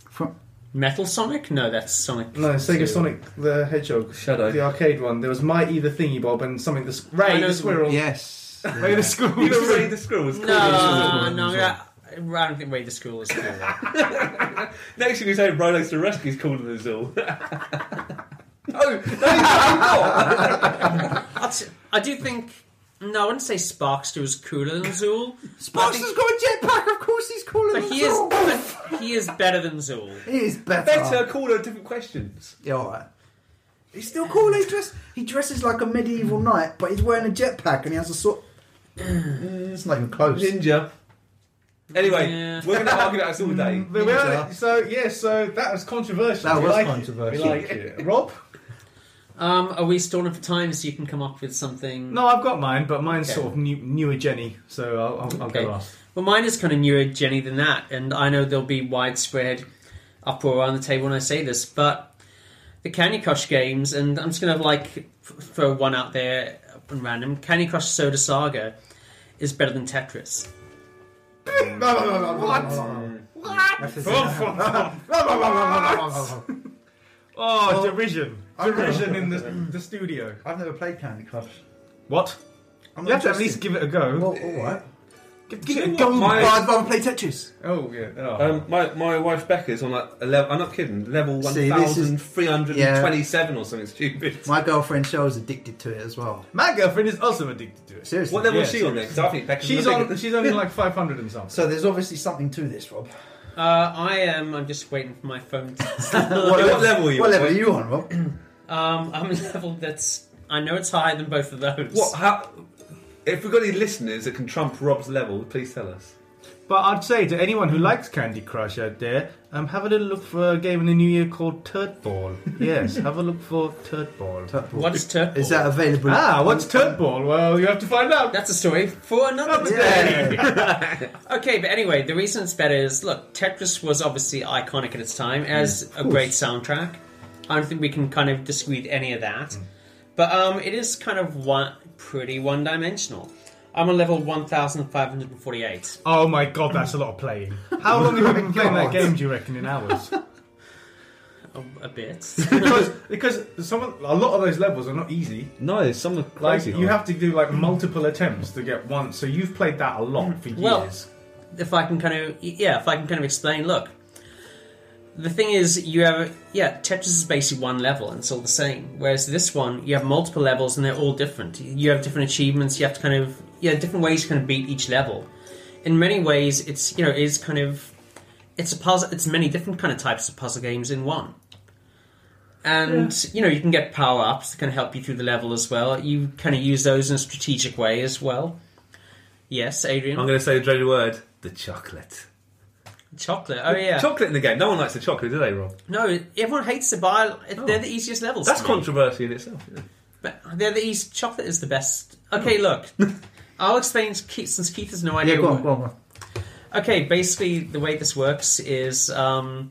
Speaker 5: From,
Speaker 1: Metal Sonic? No, that's Sonic.
Speaker 4: No, Sega
Speaker 3: Yeah.
Speaker 4: Sonic the Hedgehog.
Speaker 3: Shadow.
Speaker 4: The arcade one. There was Mighty the Thingy Bob and something the s- Ray
Speaker 1: I know
Speaker 4: the
Speaker 1: the-
Speaker 4: Squirrel.
Speaker 5: yes.
Speaker 4: Ray
Speaker 5: Yeah.
Speaker 4: the Squirrel.
Speaker 3: You were ready the squirrel was
Speaker 1: No,
Speaker 3: cool.
Speaker 1: no,
Speaker 5: Sonic.
Speaker 1: no, I don't think Way to School is cool.
Speaker 3: Next thing we say, Rolex the Rescue's cooler than Zool. no, no, he's not.
Speaker 1: I'll t- I do think. No, I wouldn't say Sparkster was cooler than Zool,
Speaker 5: Sparks has got a jetpack. Of course, he's cooler.
Speaker 1: but
Speaker 5: than
Speaker 1: he is.
Speaker 5: Zool.
Speaker 1: But he is better than Zool.
Speaker 5: He is better.
Speaker 3: Better, cooler, different questions.
Speaker 5: Yeah, all right. He's still cool. He dress. He dresses like a medieval knight, but he's wearing a jetpack and he has a sword. it's not even close.
Speaker 3: Ninja. Anyway,
Speaker 1: Yeah.
Speaker 3: we're going to argue about this all day.
Speaker 4: There we are.
Speaker 5: Ninja.
Speaker 4: So yeah, so that was controversial.
Speaker 5: That
Speaker 4: We
Speaker 5: was
Speaker 4: like it.
Speaker 5: controversial.
Speaker 4: We like it. Rob?
Speaker 1: Um, are we stalling for time so you can come up with something?
Speaker 4: No, I've got mine, but mine's
Speaker 1: Okay.
Speaker 4: sort of new, newer Jenny, so I'll, I'll, I'll
Speaker 1: Okay.
Speaker 4: go last.
Speaker 1: Well, mine is kind of newer Jenny than that, and I know there'll be widespread uproar around the table when I say this, but the Candy Crush games, and I'm just gonna like f- throw one out there and random. Candy Crush Soda Saga is better than Tetris.
Speaker 4: No, no, no, no, what? What?
Speaker 5: That's the same.
Speaker 4: Oh,
Speaker 5: Well,
Speaker 4: derision.
Speaker 5: I know.
Speaker 4: Derision in the, the studio.
Speaker 5: I've never played Candy Crush.
Speaker 4: What?
Speaker 5: I'm
Speaker 4: You have to at
Speaker 5: interested.
Speaker 4: least give it a go.
Speaker 5: Well, all right.
Speaker 4: give,
Speaker 3: you
Speaker 4: give
Speaker 3: know
Speaker 4: it a
Speaker 3: what?
Speaker 4: go.
Speaker 3: My-
Speaker 5: Oh, I'd rather play Tetris.
Speaker 4: oh, yeah. Oh.
Speaker 3: Um, my, my wife Becca's on like eleven. I'm not kidding. Level
Speaker 5: See,
Speaker 3: one
Speaker 5: this is-
Speaker 3: thousand three hundred and twenty-seven or something stupid.
Speaker 5: My girlfriend Cheryl's addicted to it as well.
Speaker 4: My girlfriend is also addicted to it.
Speaker 5: Seriously.
Speaker 3: What level
Speaker 4: Yeah,
Speaker 3: is she on there? 'Cause I think Becca's
Speaker 4: She's
Speaker 3: a bit
Speaker 4: on.
Speaker 3: bigger-
Speaker 4: She's only like 500 and something.
Speaker 5: So there's obviously something to this, Rob.
Speaker 1: Uh, I am. I'm just waiting for my phone. To...
Speaker 5: What,
Speaker 3: level are you
Speaker 5: What
Speaker 3: on,
Speaker 5: level are
Speaker 3: mate?
Speaker 5: you on, Rob?
Speaker 1: um, I'm level that's. I know it's higher than both of those.
Speaker 3: What? How? If we've got any listeners that can trump Rob's level, please tell us.
Speaker 4: But I'd say to anyone who likes Candy Crush out there, um, have a little look for a game in the new year called Turd Ball. yes, have a look for Turd Ball.
Speaker 1: What's turtle?
Speaker 5: Is that available?
Speaker 4: ah, what's Turd Ball? Well, you have to find out.
Speaker 1: That's a story for another
Speaker 4: Another
Speaker 1: day.
Speaker 4: day.
Speaker 1: Okay, but anyway, the reason it's better is look, Tetris was obviously iconic at its time as a great soundtrack. I don't think we can kind of disagree with any of that. But um, it is kind of one pretty one dimensional. I'm on level 1548.
Speaker 4: Oh my god, that's a lot of playing. How long have you been playing that game? Do you reckon in hours?
Speaker 1: A, a bit.
Speaker 4: because because some of- a lot of those levels are not easy.
Speaker 3: No, some are
Speaker 4: Like you have to do like multiple attempts to get one. So you've played that a lot for years.
Speaker 1: Well- if I can kind of yeah, if I can kind of explain, look. The thing is, you have yeah, Tetris is basically one level and it's all the same. Whereas this one, you have multiple levels and they're all different. You have different achievements. You have to kind of yeah, different ways to kind of beat each level. In many ways, it's you know it's kind of it's a puzzle. It's many different kind of types of puzzle games in one. And you know you can get power ups that can help you through the level as well. You kind of use those in a strategic way as well. Yes, Adrian.
Speaker 3: I'm going to say the dreaded word: the chocolate.
Speaker 1: Chocolate. Oh yeah.
Speaker 3: Chocolate in the game. No one likes the chocolate, do they, Rob?
Speaker 1: No, everyone hates the bile.
Speaker 5: Oh.
Speaker 1: They're the easiest levels.
Speaker 3: That's
Speaker 1: to me.
Speaker 3: controversy in itself. yeah.
Speaker 1: But they're the easiest. Chocolate is the best. Okay, look. I'll explain to Keith, since Keith has no
Speaker 5: Oh.
Speaker 1: idea.
Speaker 5: Yeah, go
Speaker 1: what-
Speaker 5: on, go on. Go on.
Speaker 1: Okay, basically, the way this works is um,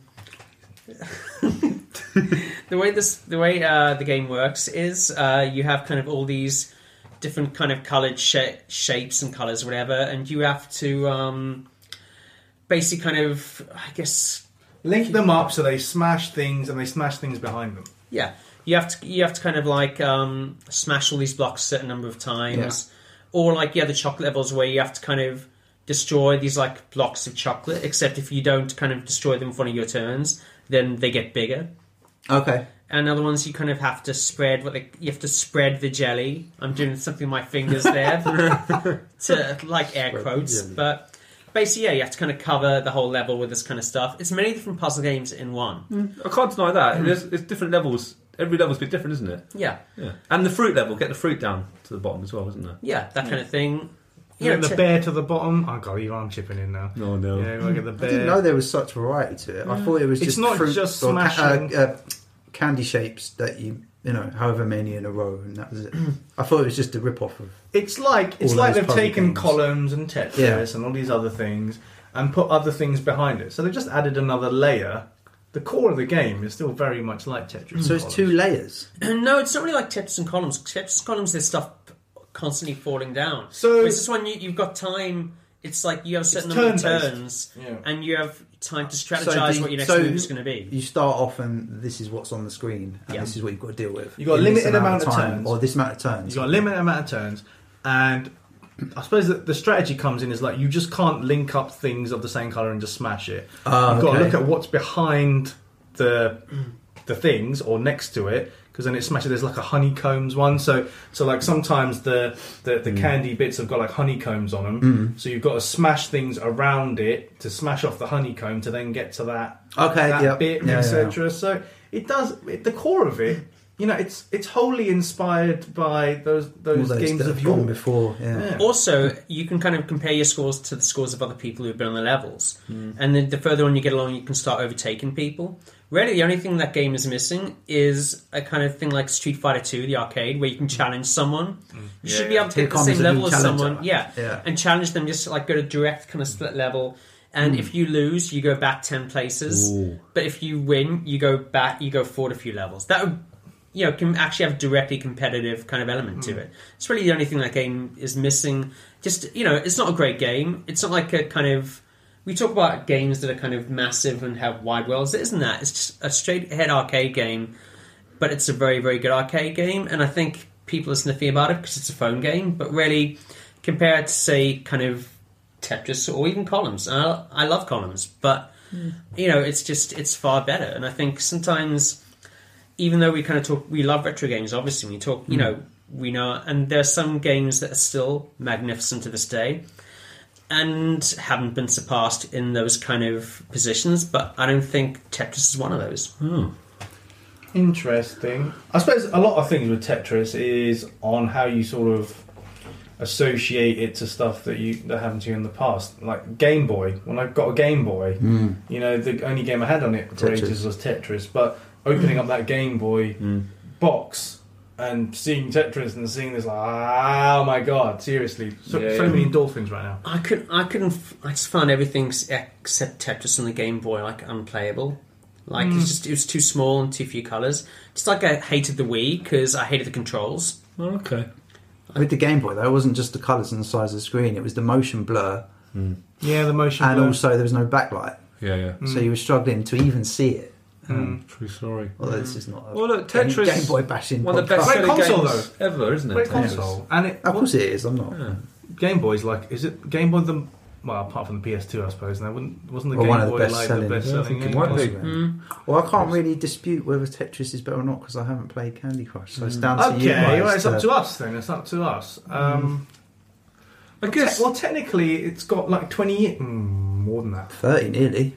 Speaker 1: the way this the way uh, the game works is uh, you have kind of all these different kind of coloured sha- shapes and colours, whatever, and you have to um, basically kind of, I guess,
Speaker 4: Link them up so they smash things and they smash things behind them.
Speaker 1: Yeah, you have to you have to kind of like um, smash all these blocks a certain number of times, or like yeah, the chocolate levels where you have to kind of destroy these like blocks of chocolate. Except if you don't kind of destroy them for one of your turns, then they get bigger.
Speaker 5: Okay.
Speaker 1: And other ones you kind of have to spread what they, you have to spread the jelly. I'm doing something with my fingers there to like air quotes, but basically yeah, you have to kind of cover the whole level with this kind of stuff. It's many different puzzle games in one.
Speaker 3: I can't deny that. There's, there's different levels. Every level's a bit different, isn't it?
Speaker 1: Yeah,
Speaker 3: Yeah. And the fruit level. Get the fruit down to the bottom as well, isn't there?
Speaker 1: yeah, that kind of thing.
Speaker 4: You
Speaker 1: Yeah,
Speaker 4: know, the
Speaker 1: to-
Speaker 4: bear to the bottom. Oh god, your arm chipping in now.
Speaker 3: No, no.
Speaker 4: Yeah, we'll get the bear.
Speaker 5: I didn't know there was such variety to it. I thought it was
Speaker 4: It's
Speaker 5: just
Speaker 4: not
Speaker 5: fruit
Speaker 4: just
Speaker 5: or ca-
Speaker 4: smashing.
Speaker 5: uh, uh, candy shapes that you you know however many in a row, and that was it. I thought it was just a rip off of.
Speaker 4: It's like it's
Speaker 5: All
Speaker 4: like
Speaker 5: those
Speaker 4: they've
Speaker 5: puzzle
Speaker 4: taken
Speaker 5: games.
Speaker 4: columns and Tetris
Speaker 5: Yeah.
Speaker 4: and all these other things and put other things behind it. So they've just added another layer. The core of the game is still very much like Tetris.
Speaker 5: So it's two layers.
Speaker 1: No, it's not really like Tetris and columns. 'cause Tetris and columns, there's stuff constantly falling down.
Speaker 4: So-
Speaker 1: Whereas this one, you, you've got time. It's like you have a certain
Speaker 4: It's
Speaker 1: number of
Speaker 4: turn-based.
Speaker 1: turns,
Speaker 4: Yeah.
Speaker 1: and you have time to strategize
Speaker 5: the-
Speaker 1: what your next
Speaker 5: so
Speaker 1: move is going to be.
Speaker 5: You start off and this is what's on the screen, and
Speaker 1: Yeah.
Speaker 5: this is what you've got to deal with.
Speaker 4: You've got a
Speaker 5: in this
Speaker 4: limited amount of
Speaker 5: time,
Speaker 4: turns.
Speaker 5: or this amount of turns.
Speaker 4: You've got a limited amount of turns, and I suppose that the strategy comes in is like you just can't link up things of the same color and just smash it.
Speaker 5: Ah,
Speaker 4: You've got to
Speaker 5: okay.
Speaker 4: look at what's behind the the things or next to it because then it smashes. There's like a honeycombs one, so so like sometimes the the,
Speaker 5: Mm.
Speaker 4: the candy bits have got like honeycombs on them, so you've got to smash things around it to smash off the honeycomb to then get to that
Speaker 5: Okay,
Speaker 4: that
Speaker 5: yep.
Speaker 4: bit
Speaker 5: Yeah, yeah,
Speaker 4: etc.
Speaker 5: yeah.
Speaker 4: So it does it, the core of it. You know, it's it's wholly inspired by those
Speaker 5: all
Speaker 4: those,
Speaker 5: those
Speaker 4: games
Speaker 5: that
Speaker 4: of
Speaker 5: have gone
Speaker 4: yore.
Speaker 5: before. Yeah.
Speaker 4: Yeah.
Speaker 1: Also, you can kind of compare your scores to the scores of other people who've been on the levels,
Speaker 4: Hmm.
Speaker 1: and then the further on you get along, you can start overtaking people. Really, the only thing that game is missing is a kind of thing like Street Fighter Two, the arcade, where you
Speaker 4: Hmm.
Speaker 1: can challenge someone. You should be able to
Speaker 5: Here
Speaker 1: hit the
Speaker 5: comes
Speaker 1: same
Speaker 5: a new
Speaker 1: level as
Speaker 5: challenger.
Speaker 1: someone, yeah,
Speaker 5: Yeah.
Speaker 1: and challenge them. Just like go to direct kind of split level,
Speaker 5: Hmm.
Speaker 1: and if you lose, you go back ten places.
Speaker 3: Ooh.
Speaker 1: But if you win, you go back, you go forward a few levels. That would you know, can actually have a directly competitive kind of element
Speaker 5: Hmm.
Speaker 1: to it. It's really the only thing that game is missing. Just you know, it's not a great game. It's not like a kind of we talk about games that are kind of massive and have wide worlds. It isn't that. It's just a straight ahead arcade game, but it's a very, very good arcade game. And I think people are sniffy about it because it's a phone game. But really, compared to, say, kind of Tetris or even Columns, and I, I love Columns, but, you know, it's just, it's far better. And I think sometimes even though we kind of talk, we love retro games. Obviously, we talk, you know, we know, and there are some games that are still magnificent to this day, and haven't been surpassed in those kind of positions. But I don't think Tetris is one of those.
Speaker 4: Interesting. I suppose a lot of things with Tetris is on how you sort of associate it to stuff that you that happened to you in the past. Like Game Boy. When I got a Game Boy, you know, the only game I had on it for
Speaker 5: Hmm. Tetris.
Speaker 4: ages was Tetris. But opening up that Game Boy
Speaker 5: Hmm.
Speaker 4: box and seeing Tetris and seeing this, like, oh my god, seriously, so,
Speaker 3: Yeah,
Speaker 4: so
Speaker 3: yeah.
Speaker 4: many endorphins right now.
Speaker 1: I could, I couldn't, f- I just found everything s- except Tetris on the Game Boy like unplayable. Like it's just, it was too small and too few colors. Just like I hated the Wii because I hated the controls.
Speaker 3: Oh,
Speaker 6: Okay.
Speaker 5: With the Game Boy, though, it wasn't just the colours and the size of the screen; it was the motion blur,
Speaker 4: Yeah, the motion.
Speaker 5: and
Speaker 4: blur.
Speaker 5: also there was no backlight,
Speaker 6: Yeah, yeah.
Speaker 5: so you were struggling to even see it. Um,
Speaker 4: Mm.
Speaker 6: True story.
Speaker 5: Although this is not a
Speaker 3: Well, look,
Speaker 5: Game-
Speaker 3: Tetris-
Speaker 5: Game Boy bashing.
Speaker 3: One of the
Speaker 5: podcast.
Speaker 3: best selling
Speaker 4: Great console,
Speaker 3: games ever, isn't it?
Speaker 4: Great
Speaker 3: Tetris?
Speaker 4: console, and it
Speaker 5: Of course, it is. I'm not.
Speaker 3: Yeah.
Speaker 4: Game Boy's like, is it Game Boy the well apart from the PS2, I suppose. Now, wouldn't wasn't the
Speaker 5: Well,
Speaker 4: Game
Speaker 5: one of the
Speaker 4: Boy like
Speaker 5: best-selling,
Speaker 4: the best
Speaker 6: yeah, I
Speaker 4: selling
Speaker 6: think it
Speaker 4: game?
Speaker 6: might be.
Speaker 5: Possibly. Well, I can't really dispute whether Tetris is better or not because I haven't played Candy Crush, so it's down to you.
Speaker 4: Okay,
Speaker 5: guys
Speaker 4: well, it's
Speaker 5: to-
Speaker 4: up to us then. It's up to us. Um,
Speaker 3: I guess.
Speaker 4: te- well, technically, it's got like twenty ye- mm, more than that,
Speaker 5: thirty nearly.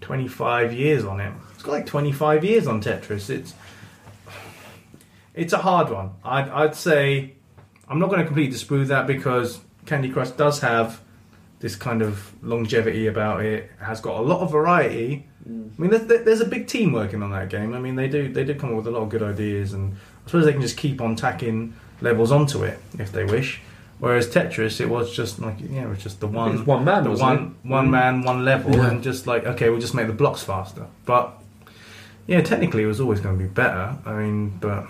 Speaker 4: twenty five years on it. It's got like twenty five years on Tetris. It's it's a hard one. I'd, I'd say I'm not going to completely disprove that because Candy Crush does have this kind of longevity about it. Has got a lot of variety. I mean, there's, there's a big team working on that game. I mean, they do they do come up with a lot of good ideas, and I suppose they can just keep on tacking levels onto it if they wish. Whereas Tetris, it was just like yeah, it was just the
Speaker 3: it was
Speaker 4: one
Speaker 3: one man,
Speaker 4: the
Speaker 3: wasn't
Speaker 4: one one man one level,
Speaker 5: Yeah.
Speaker 4: and just like okay, we'll just make the blocks faster. But yeah, technically, it was always going to be better. I mean, but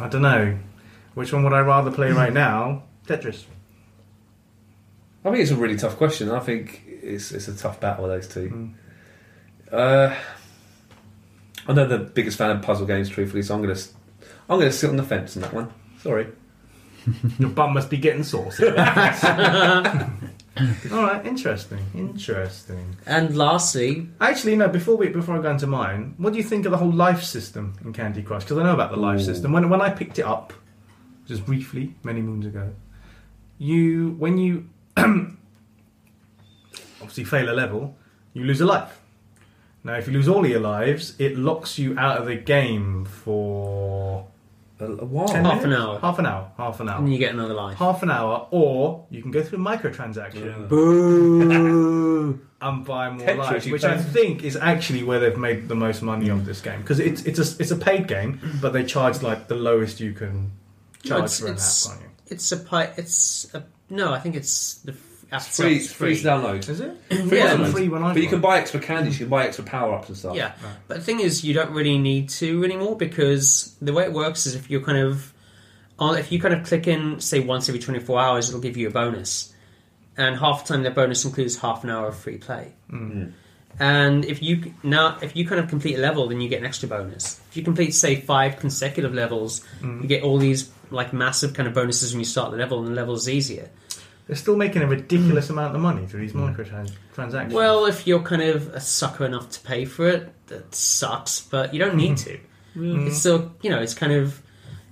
Speaker 4: I don't know which one would I rather play right now, Tetris.
Speaker 3: I think it's a really tough question. I think it's it's a tough battle those two.
Speaker 4: Mm.
Speaker 3: Uh, I'm not the biggest fan of puzzle games, truthfully, so I'm gonna s- I'm gonna sit on the fence on that one. Sorry.
Speaker 4: Your bum must be getting saucy. All right, interesting, interesting.
Speaker 1: And lastly,
Speaker 4: Actually, no. Before we before I go into mine, what do you think of the whole life system in Candy Crush? Because I know about the life
Speaker 3: Ooh.
Speaker 4: system. When when I picked it up, just briefly, many moons ago, you when you obviously fail a level, you lose a life. Now, if you lose all of your lives, it locks you out of the game for
Speaker 3: A, a while.
Speaker 4: 10
Speaker 1: Half an
Speaker 4: minutes?
Speaker 1: hour.
Speaker 4: Half an hour. Half an hour.
Speaker 1: and you get another life.
Speaker 4: Half an hour, or you can go through microtransaction
Speaker 3: Yeah.
Speaker 5: Boo!
Speaker 4: and buy more
Speaker 3: Tetris,
Speaker 4: lives,
Speaker 3: you
Speaker 4: which
Speaker 3: pay.
Speaker 4: I think is actually where they've made the most money on this game because it's it's a it's a paid game, but they charge like the lowest you can
Speaker 1: No,
Speaker 4: charge
Speaker 1: it's-
Speaker 4: for an
Speaker 1: it's-
Speaker 4: app, aren't
Speaker 1: It's a pi- It's a, no, I think it's the f- app
Speaker 3: It's free,
Speaker 1: itself
Speaker 3: it's
Speaker 1: is
Speaker 3: free to download.
Speaker 4: you? Is it?
Speaker 1: Yeah,
Speaker 3: Free to
Speaker 4: It's
Speaker 3: download.
Speaker 4: free when I.
Speaker 3: But you
Speaker 4: bought
Speaker 3: can
Speaker 4: it.
Speaker 3: buy extra candies, you can buy extra power ups and stuff.
Speaker 1: Yeah, but the thing is, you don't really need to anymore because the way it works is if you're kind of, on, if you kind of click in, say once every twenty four hours, it'll give you a bonus, and half the time that bonus includes half an hour of free play. And if you c- now if you kind of complete a level, then you get an extra bonus. If you complete say five consecutive levels, you get all these like massive kind of bonuses when you start the level, and the level's easier.
Speaker 4: They're still making a ridiculous amount of money through
Speaker 1: Hmm.
Speaker 4: these microtransactions.
Speaker 1: Well, if you're kind of a sucker enough to pay for it, that sucks, but you don't
Speaker 4: Hmm.
Speaker 1: need to.
Speaker 3: Mm.
Speaker 1: It's still, you know, it's kind of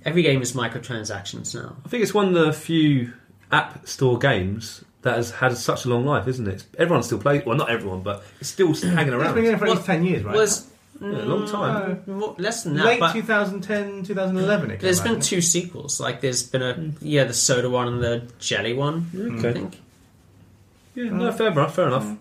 Speaker 1: every game is microtransactions now.
Speaker 3: I think it's one of the few app store games that has had such a long life, isn't it? Everyone still plays well not everyone, but it's still hanging
Speaker 4: it's been going
Speaker 3: around.
Speaker 4: for at least ten years, right?
Speaker 1: Was mm,
Speaker 3: Yeah, a long time.
Speaker 1: more, less than that,
Speaker 4: Late
Speaker 1: but
Speaker 4: 2010, 2011. It came
Speaker 1: there's
Speaker 4: out,
Speaker 1: been
Speaker 4: didn't it?
Speaker 1: two sequels. Like there's been a yeah, the soda one and the jelly one. I
Speaker 3: Okay.
Speaker 1: think.
Speaker 3: Yeah, no, fair enough, fair enough.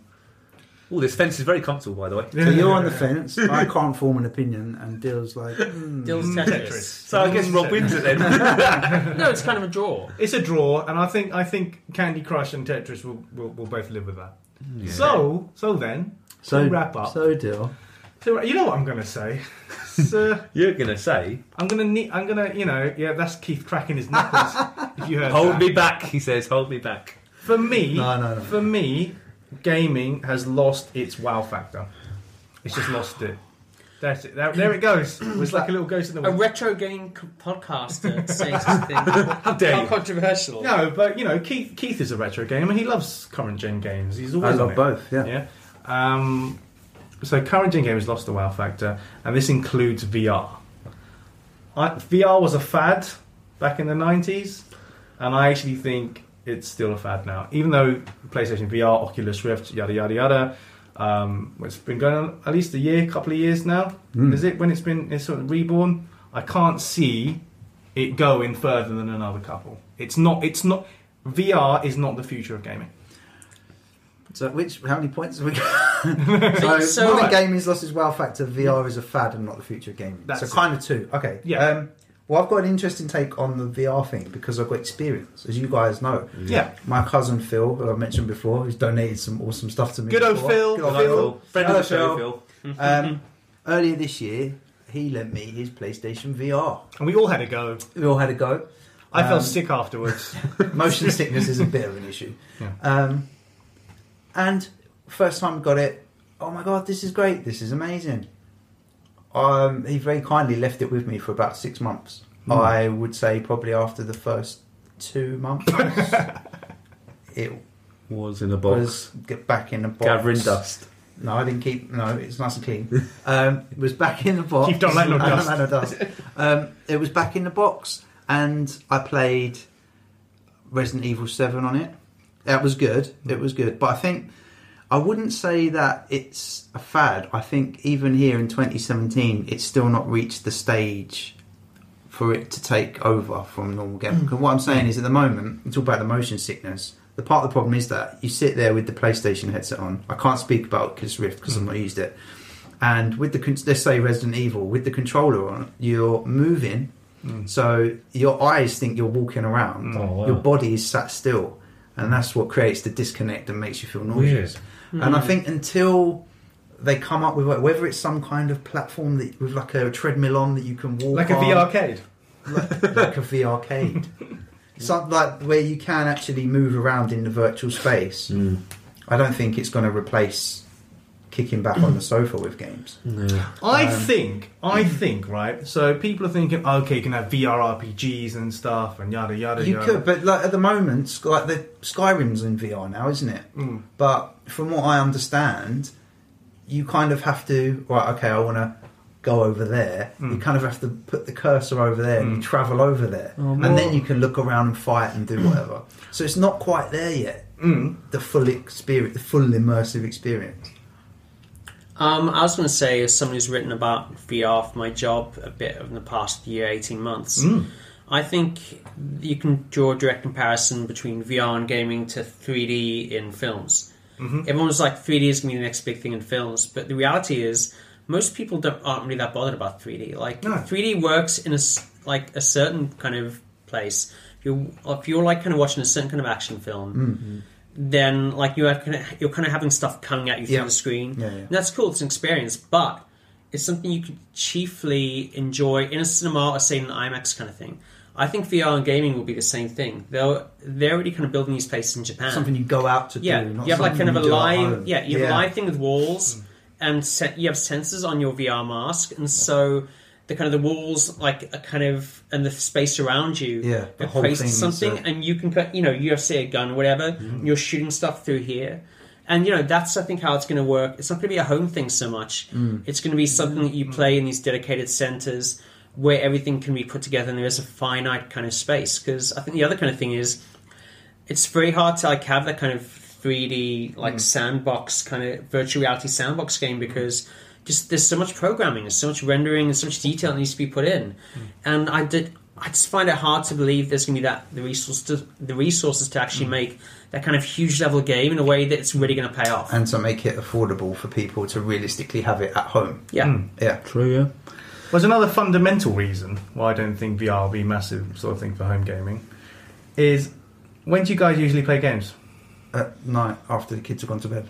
Speaker 3: Oh, this fence is very comfortable, by the way.
Speaker 5: So you're on the fence. I can't form an opinion, and Dill's like, hmm.
Speaker 1: Dill's Mm.
Speaker 3: Mm.
Speaker 1: Tetris.
Speaker 3: So I guess Rob wins it then.
Speaker 1: no, it's kind of a draw.
Speaker 4: It's a draw, and I think I think Candy Crush and Tetris will will, will both live with that.
Speaker 1: Hmm,
Speaker 4: So so then
Speaker 5: so
Speaker 4: To wrap up.
Speaker 5: So Dill,
Speaker 4: so you know what I'm going to say. So,
Speaker 3: You're gonna say
Speaker 4: I'm gonna, ne- I'm gonna, you know, yeah, that's Keith cracking his knuckles. if you heard
Speaker 3: Hold
Speaker 4: that.
Speaker 3: me back, he says. Hold me back.
Speaker 4: For me,
Speaker 5: No, no, no.
Speaker 4: for me, gaming has lost its wow factor. It's just lost it. That's it. There, there it goes. It was like a little ghost in the
Speaker 1: A
Speaker 4: wind.
Speaker 1: retro game c- podcaster says something. How
Speaker 3: dare you.
Speaker 1: controversial.
Speaker 4: No, but you know, Keith Keith is a retro gamer. He loves current gen games. He's
Speaker 5: I
Speaker 4: always on
Speaker 5: love
Speaker 4: it.
Speaker 5: both. Yeah.
Speaker 4: Yeah. Um, so current gen games lost the wow factor, and this includes VR. I, VR was a fad back in the '90s, and I actually think it's still a fad now. Even though PlayStation VR, Oculus Rift, yada yada yada, um, it's been going on at least a year, couple of years now.
Speaker 5: Mm.
Speaker 4: Is it when it's been it's sort of reborn? I can't see it going further than another couple. It's not. It's not. VR is not the future of gaming.
Speaker 5: So, which how many points have we got? so,
Speaker 1: So-
Speaker 5: modern gaming's lost its wow factor. VR is a fad and not the future of gaming.
Speaker 4: That's
Speaker 5: so,
Speaker 4: it.
Speaker 5: kind of two. Okay.
Speaker 4: Yeah.
Speaker 5: Um, well, I've got an interesting take on the VR thing because I've got experience, as you guys know.
Speaker 4: Yeah.
Speaker 5: My cousin Phil, who I mentioned before, who's donated some awesome stuff to me.
Speaker 4: Good old
Speaker 5: before.
Speaker 4: Phil.
Speaker 5: Good old
Speaker 4: Good old
Speaker 5: Phil.
Speaker 3: Phil. Friend of
Speaker 5: Hello,
Speaker 3: the show,
Speaker 5: Phil.
Speaker 3: Phil.
Speaker 5: Um, earlier this year, he lent me his PlayStation VR.
Speaker 4: And we all had a go.
Speaker 5: We all had a go.
Speaker 4: I
Speaker 5: Um,
Speaker 4: felt sick afterwards.
Speaker 5: Motion sickness is a bit of an issue.
Speaker 4: Yeah.
Speaker 5: Um, and first time got it. Oh my god, this is great. This is amazing. Um, he very kindly left it with me for about six months. I would say probably after the first two months, it
Speaker 3: Was in a box.
Speaker 5: was get back in the box.
Speaker 3: Gathering dust.
Speaker 5: No, I didn't keep. No, it's nice and clean. Um, it was back in the box.
Speaker 4: Keep don't let no
Speaker 5: I
Speaker 4: dust.
Speaker 5: let no dust. Um, it was back in the box, and I played Resident Evil Seven on it. That was good.
Speaker 3: Mm.
Speaker 5: It was good, but I think I wouldn't say that it's a fad. I think even here in 2017, it's still not reached the stage for it to take over from normal
Speaker 3: Mm.
Speaker 5: game. Because what I'm saying is, at the moment, we talk about the motion sickness. The part of the problem is that you sit there with the PlayStation headset on. I can't speak about Oculus Rift
Speaker 3: Mm.
Speaker 5: because I've not used it. And with the con- let's say Resident Evil with the controller on, you're moving, so your eyes think you're walking around.
Speaker 3: Mm. Oh, wow.
Speaker 5: Your body is sat still,
Speaker 4: Hmm.
Speaker 5: and that's what creates the disconnect and makes you feel nauseous. And I think until they come up with like, whether it's some kind of platform that with like a treadmill on that you can walk
Speaker 4: like a
Speaker 5: on,
Speaker 4: VR arcade.
Speaker 5: like a VR arcade. Something like where you can actually move around in the virtual space.
Speaker 4: Hmm.
Speaker 5: I don't think it's going to replace kicking back on the sofa with games.
Speaker 4: I
Speaker 5: um,
Speaker 4: think, I think, right? So people are thinking, okay, you can have VR RPGs and stuff and yada yada
Speaker 5: You
Speaker 4: yada.
Speaker 5: could, but like at the moment, Sky- like the Skyrim's in VR now, isn't it?
Speaker 1: Hmm.
Speaker 4: Mm.
Speaker 5: But from what I understand, you kind of have to right. Okay, I want to go over there.
Speaker 1: Hmm.
Speaker 5: You kind of have to put the cursor over there and you travel over there,
Speaker 3: Oh,
Speaker 5: and then you can look around and fight and do whatever. so it's not quite there yet.
Speaker 1: Hmm.
Speaker 4: Mm.
Speaker 5: The full experience, the full immersive experience.
Speaker 1: Um, I was going to say, as someone who's written about VR for my job a bit in the past year, 18 months,
Speaker 5: Hmm.
Speaker 1: I think you can draw a direct comparison between VR and gaming to 3D in films.
Speaker 5: Mm-hmm.
Speaker 1: Everyone was like, 3D is going to be the next big thing in films, but the reality is, most people don't, aren't really that bothered about 3D. Like,
Speaker 4: No.
Speaker 1: 3D works in a, s- like, a certain kind of place. If you're, if you're like kind of watching a certain kind of action film,
Speaker 5: Mm-hmm.
Speaker 1: then like you have kind of, you're kind of having stuff coming at you through
Speaker 5: Yeah.
Speaker 1: the screen.
Speaker 5: Yeah, yeah.
Speaker 1: And that's cool. It's an experience, but it's something you can chiefly enjoy in a cinema or say in an IMAX kind of thing. I think VR and gaming will be the same thing. They're they're already kind of building these places in Japan.
Speaker 5: Something you go out to
Speaker 1: Uh, yeah,
Speaker 5: do. Not
Speaker 1: you have like
Speaker 5: something
Speaker 1: kind of a
Speaker 5: do at
Speaker 1: live
Speaker 5: home. Hmm.
Speaker 1: yeah you have a live thing with walls and se- you have sensors on your VR mask, and so the kind of the walls like a kind of and the space around you
Speaker 5: Yeah, the whole thing
Speaker 1: equates to
Speaker 5: is,
Speaker 1: something,
Speaker 5: uh, Hmm.
Speaker 1: and you can cut you know you have say a gun or whatever, and you're shooting stuff through here. And you know that's I think how it's going to work. It's not going to be a home thing so much.
Speaker 5: Hmm.
Speaker 1: It's going to be something that you play in these dedicated centers where everything can be put together and there is a finite kind of space. Because I think the other kind of thing is it's very hard to like have that kind of 3D like sandbox kind of virtual reality sandbox game because just there's so much programming, there's so much rendering, there's so much detail that needs to be put in, and I did I just find it hard to believe there's going to be that the resource to, the resources to actually make that kind of huge level game in a way that it's really going to pay off.
Speaker 5: and to make it affordable for people to realistically have it at home.
Speaker 1: yeah.
Speaker 5: Yeah.
Speaker 3: True, yeah.
Speaker 4: There's another fundamental reason why I don't think VR will be a massive sort of thing for home gaming. Is when do you guys usually play games?
Speaker 5: At night after the kids have gone to bed.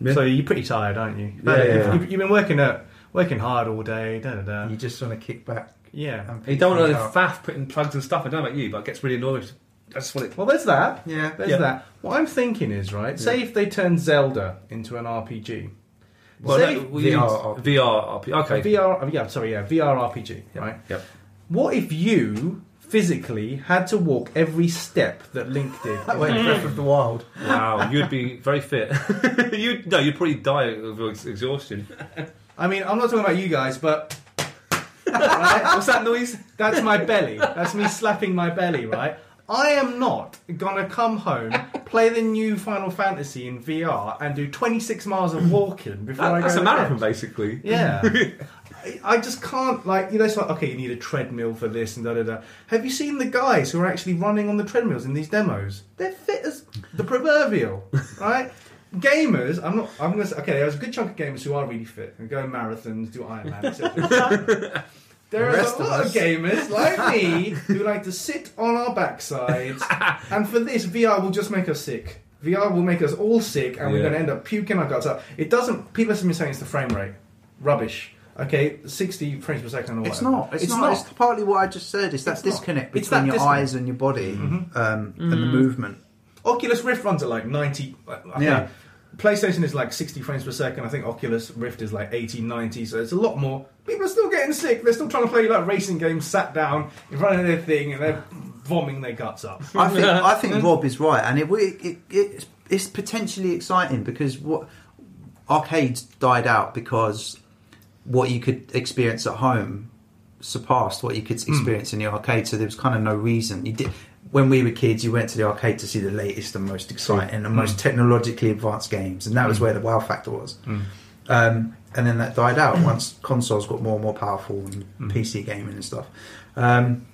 Speaker 3: Yeah.
Speaker 4: So you're pretty tired, aren't you?
Speaker 5: Yeah, yeah, yeah.
Speaker 4: You've, you've been working at working hard all day. Da da da.
Speaker 5: You just want to kick back.
Speaker 4: Yeah.
Speaker 5: And
Speaker 3: You don't want to
Speaker 5: out.
Speaker 3: faff putting plugs and stuff. I don't know about you, but it gets really annoying, I just want it.
Speaker 4: Well, there's that.
Speaker 5: Yeah.
Speaker 4: There's
Speaker 3: Yeah.
Speaker 4: that. What I'm thinking is, right, say if they turn Zelda into an RPG.
Speaker 3: Well,
Speaker 4: say
Speaker 3: no, we
Speaker 5: VR
Speaker 3: need- VR RP. Okay.
Speaker 4: VR, yeah, sorry, yeah, VR RPG, right?
Speaker 3: Yep.
Speaker 4: What if you physically had to walk every step that Link did?
Speaker 5: That went Breath of the Wild.
Speaker 3: Wow, you'd be very fit. you'd no, you'd probably die of ex- exhaustion.
Speaker 4: Oh I mean, I'm not talking about you guys, but. right? What's that noise? That's my belly. That's me slapping my belly, right? I am not gonna come home, play the new Final Fantasy in VR, and do 26 miles of walking before
Speaker 3: That-
Speaker 4: I go.
Speaker 3: that's a
Speaker 4: to
Speaker 3: marathon,
Speaker 4: bed.
Speaker 3: basically.
Speaker 4: Yeah. I- I just can't like you know it's like okay you need a treadmill for this and da da da. Have you seen the guys who are actually running on the treadmills in these demos? They're fit as the proverbial, right? Gamers, I'm not. I'm gonna say okay. There's a good chunk of gamers who are really fit and go marathons, do Ironman, etc. There
Speaker 5: The
Speaker 4: are
Speaker 5: rest
Speaker 4: a
Speaker 5: of
Speaker 4: lot of
Speaker 5: us.
Speaker 4: gamers like me who like to sit on our backsides, and for this VR will just make us sick. VR will make us all sick, and we're
Speaker 3: Yeah.
Speaker 4: going to end up puking our guts out. It doesn't. People have been saying it's the frame rate rubbish. Okay, sixty frames per second. Or
Speaker 5: It's
Speaker 4: whatever.
Speaker 5: not. It's, not. It's partly what I just said. It's that
Speaker 4: It's not.
Speaker 5: disconnect
Speaker 4: It's
Speaker 5: between
Speaker 4: that
Speaker 5: your
Speaker 4: disconnect.
Speaker 5: eyes and your body um, and the movement.
Speaker 4: Oculus Rift runs at like ninety. Okay.
Speaker 5: Yeah.
Speaker 4: PlayStation is like 60 frames per second. I think Oculus Rift is like 80, 90, so it's a lot more. People are still getting sick. They're still trying to play like racing games, sat down in front of their thing, and they're vomiting their guts up.
Speaker 5: I think I think Rob is right, and it, it, it it's, it's potentially exciting because what arcades died out because what you could experience at home surpassed what you could experience in the arcade. So there was kind of no reason. You did when we were kids, you went to the arcade to see the latest and most exciting and most technologically advanced games, and that was where the wow factor was. Um, and then that died out once consoles got more and more powerful and PC gaming and stuff. Um,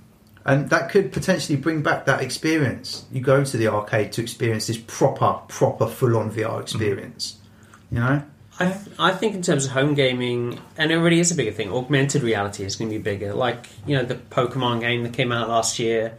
Speaker 5: and that could potentially bring back that experience. You go to the arcade to experience this proper, proper, full-on VR experience. You know,
Speaker 1: I, th- I think in terms of home gaming, and it really is a bigger thing. Augmented reality is going to be bigger. Like you know the Pokemon game that came out last year,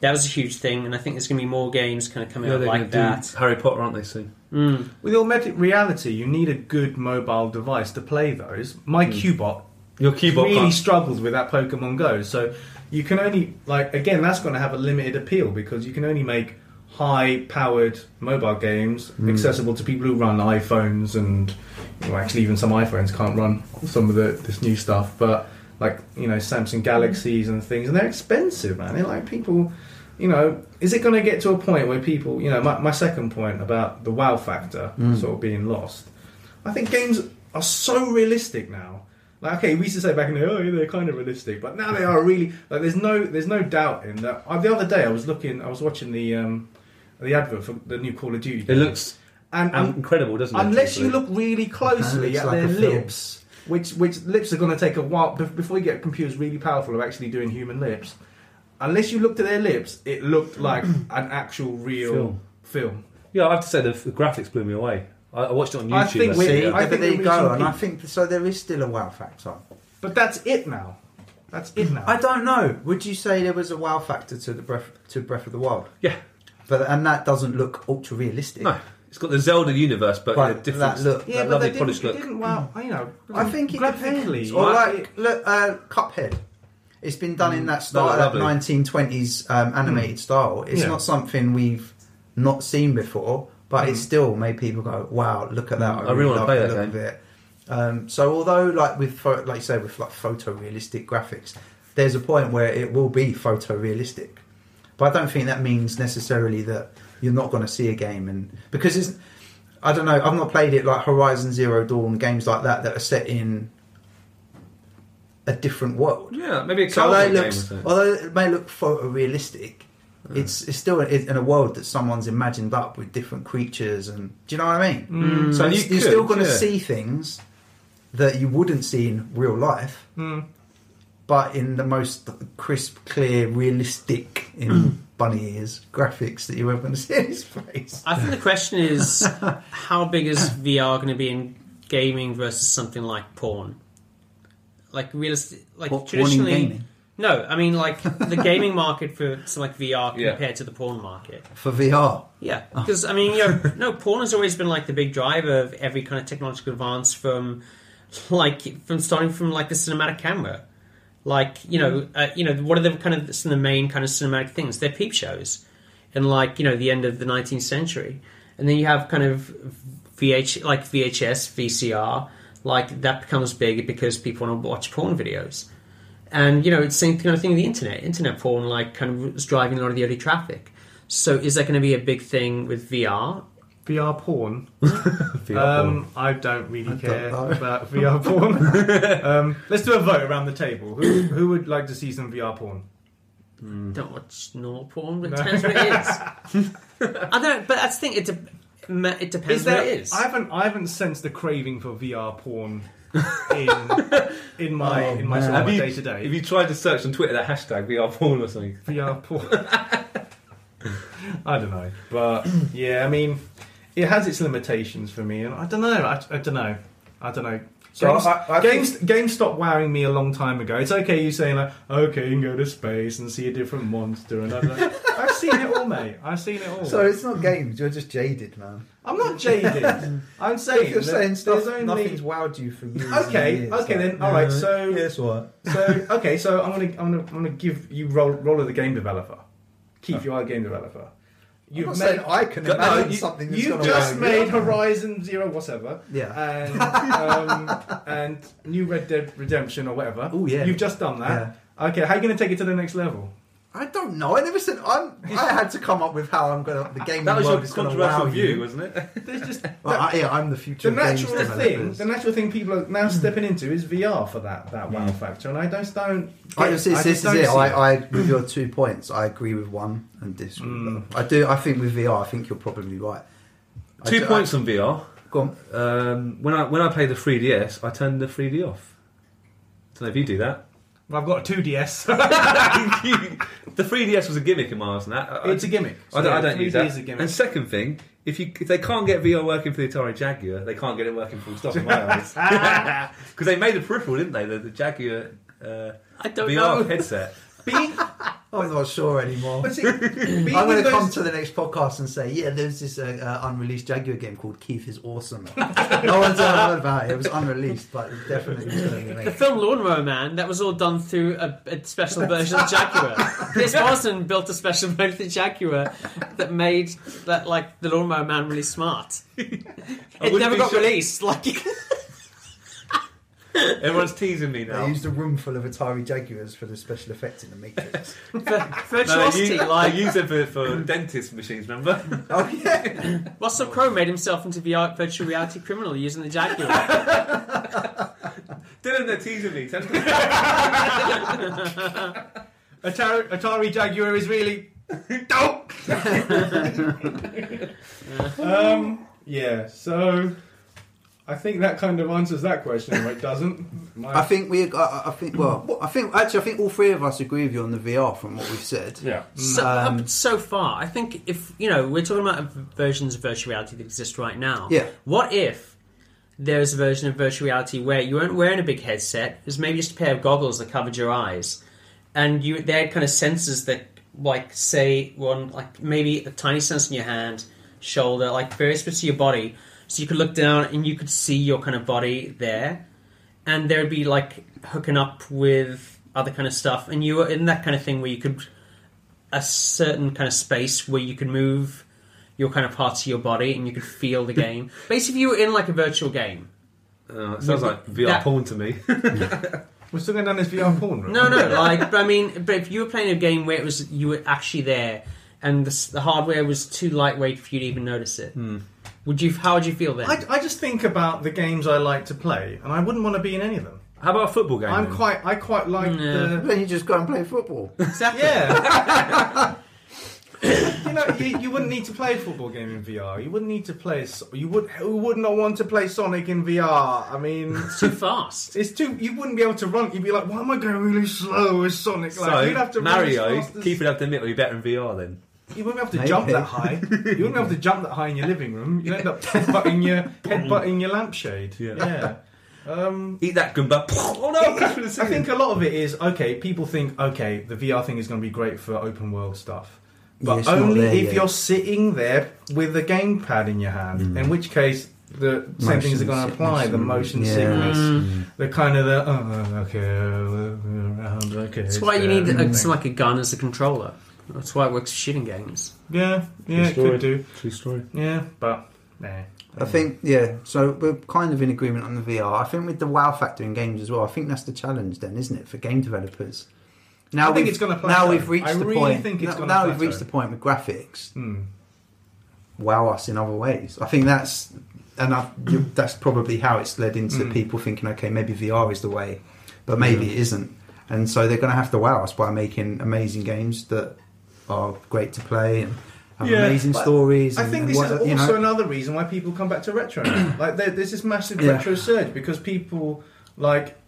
Speaker 1: that was a huge thing, and I think there's going to be more games kind of coming out like that.
Speaker 3: Harry Potter, aren't they? Soon.
Speaker 4: With augmented reality, you need a good mobile device to play those. My Cubot
Speaker 3: Your keyboard
Speaker 4: really
Speaker 3: can't-
Speaker 4: struggled with that Pokemon Go, so you can only like again that's going to have a limited appeal because you can only make high-powered mobile games
Speaker 3: Hmm.
Speaker 4: accessible to people who run iPhones and well, actually even some iPhones can't run some of the this new stuff, but like you know Samsung Galaxies and things, and they're expensive, man. They're like people. You know, is it going to get to a point where people, you know, my, my second point about the wow factor
Speaker 3: Hmm.
Speaker 4: sort of being lost? I think games are so realistic now. Like, okay, we used to say back in the day, oh, yeah, they're kind of realistic, but now they are really like. There's no, there's no doubt in that. I, the other day, I was looking, I was watching the um, the advert for the new Call of Duty.
Speaker 3: It
Speaker 4: game.
Speaker 3: looks
Speaker 4: and,
Speaker 3: um,
Speaker 4: and
Speaker 3: incredible, doesn't it?
Speaker 4: unless you
Speaker 3: actually?
Speaker 4: look really closely
Speaker 5: Kinda looks
Speaker 4: at
Speaker 5: like
Speaker 4: their
Speaker 5: a film.
Speaker 4: lips, which which lips are going to take a while bef- before you get computers really powerful of actually doing human lips. Unless you looked at their lips, it looked like an actual real film.
Speaker 3: Film. Yeah, I have to say the, the graphics blew me away. I, I watched it on YouTube.
Speaker 4: I think we-
Speaker 5: see,
Speaker 3: actually.
Speaker 4: I
Speaker 5: but there
Speaker 4: think we
Speaker 5: you
Speaker 4: reach
Speaker 5: go.
Speaker 4: our
Speaker 5: And I
Speaker 4: peak.
Speaker 5: think so. There is still a wow factor.
Speaker 4: But that's it now. That's it now.
Speaker 5: I don't know. Would you say there was a wow factor to the breath to Breath of the Wild?
Speaker 3: yeah,
Speaker 5: But and that doesn't look ultra realistic.
Speaker 3: no, it's got the Zelda universe, but in a
Speaker 5: but
Speaker 3: different.
Speaker 5: that look.
Speaker 4: Yeah,
Speaker 3: that
Speaker 4: but
Speaker 3: lovely
Speaker 4: they
Speaker 3: polished
Speaker 4: didn't, it
Speaker 3: look.
Speaker 4: didn't well. You know,
Speaker 5: Mm. I think it
Speaker 4: graphically,
Speaker 5: depends. Or
Speaker 4: I-
Speaker 5: like look, uh, Cuphead. It's been done in that
Speaker 3: that
Speaker 5: style,
Speaker 3: was
Speaker 5: that
Speaker 3: Mm. lovely. Mm.
Speaker 5: 1920s um, animated style. It's
Speaker 4: Yeah.
Speaker 5: not something we've not seen before, but it still made people go, "Wow, look at that!"
Speaker 3: Mm. I really wanna
Speaker 5: love
Speaker 3: play
Speaker 5: the
Speaker 3: that
Speaker 5: look
Speaker 3: game.
Speaker 5: of it. Um, so, although like with pho- like you say with like photorealistic graphics, there's a point where it will be photorealistic, but I don't think that means necessarily that you're not going to see a game and because it's I don't know. I've not played it like Horizon Zero Dawn games like that that are set in a different world.
Speaker 3: Yeah, maybe a
Speaker 5: So although it,
Speaker 3: cowboy game or
Speaker 5: looks,
Speaker 3: something.
Speaker 5: although it may look photorealistic, it's it's still in in a world that someone's imagined up with different creatures, and do you know what I mean?
Speaker 4: Mm.
Speaker 5: So
Speaker 3: You
Speaker 5: it's- you're
Speaker 3: could,
Speaker 5: still going to
Speaker 3: yeah.
Speaker 5: see things that you wouldn't see in real life,
Speaker 4: Mm.
Speaker 5: but in the most crisp, clear, realistic
Speaker 4: Hmm.
Speaker 5: in bunny ears graphics that you're ever going to see in this place.
Speaker 1: I think the question is how big is VR going to be in gaming versus something like porn? Like realistic, like
Speaker 5: What, porn in
Speaker 1: traditionally.
Speaker 5: gaming?
Speaker 1: No, I mean like the gaming market for something like VR
Speaker 3: Yeah.
Speaker 1: compared to the porn market.
Speaker 5: For VR,
Speaker 1: Yeah, because I mean, you know, no, porn has always been like the big driver of every kind of technological advance from, like, from starting from like the cinematic camera, like you know, uh, you know, what are the kind of some of the main kind of cinematic things? They're peep shows. in like you know the end of the 19th century, and then you have kind of VH like VHS, VCR, like that becomes big because people want to watch porn videos, and you know it's the same kind of thing with the internet. Internet porn like kind of is driving a lot of the early traffic. So is that going to be a big thing with VR?
Speaker 4: VR porn.
Speaker 3: VR
Speaker 4: Um, I don't really
Speaker 5: don't
Speaker 4: care
Speaker 5: know.
Speaker 4: about VR porn. um, let's do a vote around the table. Who, who would like to see some VR porn?
Speaker 3: Mm.
Speaker 1: Don't watch normal porn. It
Speaker 4: No.
Speaker 1: depends what it is. I don't. But that's the thing. It, de- it depends what it is.
Speaker 4: I haven't. I haven't sensed the craving for VR porn in in my
Speaker 5: Oh,
Speaker 4: in my
Speaker 5: man.
Speaker 4: sort of
Speaker 3: Have
Speaker 4: my
Speaker 3: you,
Speaker 4: day to
Speaker 3: have
Speaker 4: day
Speaker 3: you tried to search on Twitter the hashtag VR porn or something?
Speaker 4: VR porn. I don't know, but yeah, I mean, it has its limitations for me, and I don't know. I, I don't know. I don't know.
Speaker 5: So
Speaker 4: Games-
Speaker 5: I- I think-
Speaker 4: games, games stopped wowing me a long time ago. It's okay you saying like, okay, you can go to space and see a different monster, and I'm like, I've seen it all, mate. I've seen it all.
Speaker 5: So it's not games. You're just jaded, man.
Speaker 4: I'm not jaded. I'm saying
Speaker 5: You're
Speaker 4: that
Speaker 5: saying stuff.
Speaker 4: there's only
Speaker 5: Nothing's wowed you for years.
Speaker 4: Okay,
Speaker 5: and years,
Speaker 4: okay
Speaker 5: like,
Speaker 4: then. All right,
Speaker 5: yeah,
Speaker 4: so-
Speaker 5: here's what.
Speaker 4: So okay, so I'm gonna I'm gonna, I'm gonna give you role role of the game developer. Keith, you are a game developer.
Speaker 5: You're not saying I can
Speaker 4: No,
Speaker 5: imagine
Speaker 4: you-
Speaker 5: something. That's
Speaker 4: You've
Speaker 5: gonna
Speaker 4: just
Speaker 5: wow
Speaker 4: made
Speaker 5: you.
Speaker 4: Horizon Zero, whatever,
Speaker 5: Yeah.
Speaker 4: and um, and New Red Dead Redemption or whatever.
Speaker 5: Ooh, yeah.
Speaker 4: You've just done that. Okay, how are you gonna take it to the next level?
Speaker 5: I don't know. I never said. I'm, I had to come up with how I'm gonna. The gaming
Speaker 3: That was your
Speaker 5: world is gonna wow
Speaker 3: controversial view,
Speaker 5: you.
Speaker 3: wasn't it?
Speaker 4: There's just
Speaker 5: Well, I, yeah, I'm the future.
Speaker 4: the
Speaker 5: of games
Speaker 4: natural thing.
Speaker 5: developers. Hmm.
Speaker 4: The natural thing people are now stepping into is VR for that that wow factor, and I just don't.
Speaker 5: I just, this,
Speaker 4: I
Speaker 5: this
Speaker 4: just don't
Speaker 5: is it.
Speaker 4: see
Speaker 5: I, I, with your two points, I agree with one and disagree. with the other. I do. I think with VR, I think you're probably right. I
Speaker 3: Two
Speaker 5: do-
Speaker 3: points on VR.
Speaker 5: I, go on.
Speaker 3: Um, when I when I play the 3DS, I turn the 3D off. Don't know if you do that.
Speaker 4: Well, I've got a 2DS.
Speaker 3: the 3DS was a gimmick in my house, and that I- I-
Speaker 4: it's a gimmick.
Speaker 3: I don't, I
Speaker 4: Yeah,
Speaker 3: don't use
Speaker 4: 3D
Speaker 3: that.
Speaker 4: is a gimmick.
Speaker 3: And second thing, if you if they can't get VR working for the Atari Jaguar, they can't get it working full stop in my eyes. Because they made a peripheral, didn't they? The, the Jaguar uh,
Speaker 1: I don't
Speaker 3: VR
Speaker 1: know.
Speaker 3: headset.
Speaker 4: Being-
Speaker 5: I'm not sure anymore.
Speaker 4: But see, being
Speaker 5: I'm going
Speaker 4: with
Speaker 5: to
Speaker 4: those-
Speaker 5: come to the next podcast and say, yeah, there's this uh, uh, unreleased Jaguar game called Keith is Awesome. no one's ever heard about it. It was unreleased, but it definitely was going to be
Speaker 1: The
Speaker 5: made.
Speaker 1: film Lawnmower Man, that was all done through a, a special version of Jaguar. Pierce Brosnan built a special version of the Jaguar that made that like the Lawnmower Man really smart. It
Speaker 3: wouldn't
Speaker 1: never
Speaker 3: be
Speaker 1: got
Speaker 3: shocked.
Speaker 1: released. Like
Speaker 3: Everyone's teasing me
Speaker 5: They
Speaker 3: now.
Speaker 5: used a room full of Atari Jaguars for the special effect in the Matrix.
Speaker 3: No,
Speaker 1: virtuosity.
Speaker 3: they use,
Speaker 1: like
Speaker 3: they use it for, for dentist machines, remember?
Speaker 5: oh yeah,
Speaker 1: Russell Crowe made himself into VR, virtual reality criminal using the Jaguar.
Speaker 3: Dylan, they're teasing me.
Speaker 4: Atari, Atari Jaguar is really dope. um, yeah, so I think that kind of answers that question. Or it doesn't. My,
Speaker 5: I think we. I, I think. Well, I think actually, I think all three of us agree with you on the VR from what we've said.
Speaker 3: yeah.
Speaker 1: So,
Speaker 5: Um,
Speaker 1: up so far, I think if you know we're talking about versions of virtual reality that exist right now.
Speaker 5: Yeah.
Speaker 1: What if there is a version of virtual reality where you weren't wearing a big headset? It's maybe just a pair of goggles that covered your eyes, and you they had kind of sensors that, like, say one like maybe a tiny sensor in your hand, shoulder, like various bits of your body, so you could look down and you could see your kind of body there, and there'd be like hooking up with other kind of stuff, and you were in that kind of thing where you could a certain kind of space where you can move your kind of parts of your body and you could feel the game. Basically, you were in like a virtual game.
Speaker 3: Uh, it sounds like VR
Speaker 1: That-
Speaker 3: porn to me.
Speaker 4: we're still going down this VR porn route.
Speaker 1: No, no, like, but I mean, but if you were playing a game where it was you were actually there and the, s- the hardware was too lightweight for you to even notice it,
Speaker 5: Hmm.
Speaker 1: would you? How would you feel then?
Speaker 4: I, I just think about the games I like to play, and I wouldn't want to be in any of them.
Speaker 3: How about a football game?
Speaker 4: I'm
Speaker 3: then?
Speaker 4: quite, I quite like
Speaker 1: Yeah.
Speaker 4: the
Speaker 5: Then you just go and play football.
Speaker 1: exactly.
Speaker 4: Yeah. you know, you, you wouldn't need to play a football game in VR. You wouldn't need to play. So- You would. Who would not want to play Sonic in VR? I mean.
Speaker 1: Too fast.
Speaker 4: It's too. You wouldn't be able to run. You'd be like, "Why am I going really slow as Sonic?" Like,
Speaker 3: So,
Speaker 4: you'd have to run
Speaker 3: Mario,
Speaker 4: as fast as-
Speaker 3: keep it up to admit, will be better in VR then.
Speaker 4: You wouldn't be able to
Speaker 5: Maybe.
Speaker 4: jump that high. You wouldn't be able to jump that high in your living room. You'd end up butting your head butting your lampshade.
Speaker 3: Yeah.
Speaker 4: yeah. Um,
Speaker 3: Eat that Goomba. Oh no! that's for the
Speaker 4: I think a lot of it is okay. People think okay, the VR thing is going to be great for open world stuff,
Speaker 5: Yeah,
Speaker 4: but
Speaker 5: it's not
Speaker 4: only
Speaker 5: there
Speaker 4: if
Speaker 5: yet.
Speaker 4: you're sitting there with a gamepad in your hand. In which case, the same things
Speaker 5: Mm. Motion
Speaker 4: are going to apply: the
Speaker 5: sickness.
Speaker 4: motion
Speaker 5: Yeah.
Speaker 4: sickness,
Speaker 1: Mm.
Speaker 4: the kind of the oh, okay, uh, around, okay.
Speaker 1: That's why you
Speaker 4: it's
Speaker 1: need uh,
Speaker 4: there,
Speaker 1: a, some, like a gun as a controller. That's why it works for shooting games.
Speaker 4: Yeah, yeah, it
Speaker 3: story.
Speaker 4: could do.
Speaker 3: True story.
Speaker 4: Yeah, but eh, nah.
Speaker 5: I think, yeah, so we're kind of in agreement on the VR. I think with the wow factor in games as well, I think that's the challenge then, isn't it, for game developers? Now
Speaker 4: I think
Speaker 5: we've-
Speaker 4: it's gonna
Speaker 5: Now
Speaker 4: plateau.
Speaker 5: we've reached
Speaker 4: I
Speaker 5: the
Speaker 4: really
Speaker 5: point.
Speaker 4: think it's
Speaker 5: now,
Speaker 4: gonna
Speaker 5: now we've
Speaker 4: plateau.
Speaker 5: reached the point with graphics.
Speaker 4: Hmm.
Speaker 5: Wow us in other ways. I think that's and I've, you, that's probably how it's led into
Speaker 4: Mm.
Speaker 5: people thinking, okay, maybe VR is the way, but maybe it isn't. And so they're going to have to wow us by making amazing games that are great to play and have
Speaker 4: Yeah,
Speaker 5: amazing
Speaker 4: but
Speaker 5: stories.
Speaker 4: I
Speaker 5: and-
Speaker 4: think
Speaker 5: and
Speaker 4: this
Speaker 5: what-
Speaker 4: is also
Speaker 5: you know.
Speaker 4: another reason why people come back to retro now. like there, there's this massive
Speaker 5: Yeah.
Speaker 4: retro surge because people like,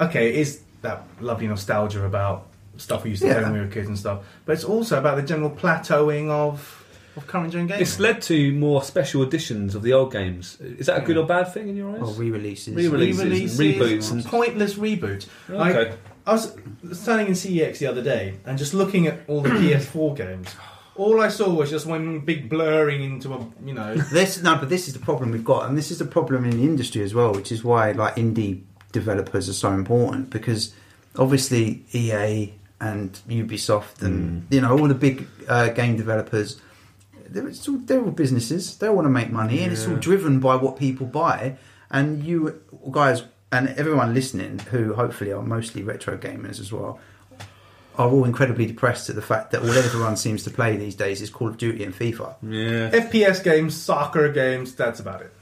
Speaker 4: okay, it is that lovely nostalgia about stuff we used to play
Speaker 5: Yeah.
Speaker 4: when we were kids and stuff, but it's also about the general plateauing of of current gen games.
Speaker 3: It's led to more special editions of the old games. Is that a good or bad thing in your eyes?
Speaker 5: Or re-releases.
Speaker 3: Re-releases and
Speaker 4: Re-releases,
Speaker 3: reboots and-
Speaker 4: pointless reboots. Like,
Speaker 3: okay.
Speaker 4: I was standing in CEX the other day and just looking at all the PS4 games. All I saw was just one big blurring into a you know
Speaker 5: This no, but this is the problem we've got, and this is the problem in the industry as well, which is why like indie developers are so important because obviously EA and Ubisoft and you know all the big uh, game developers, they're, it's all, they're all businesses. They want to make money, and it's all driven by what people buy. And you guys and everyone listening, who hopefully are mostly retro gamers as well. Are all incredibly depressed at the fact that all everyone seems to play these days is Call of Duty and FIFA.
Speaker 3: Yeah.
Speaker 4: FPS games, soccer games. That's about it.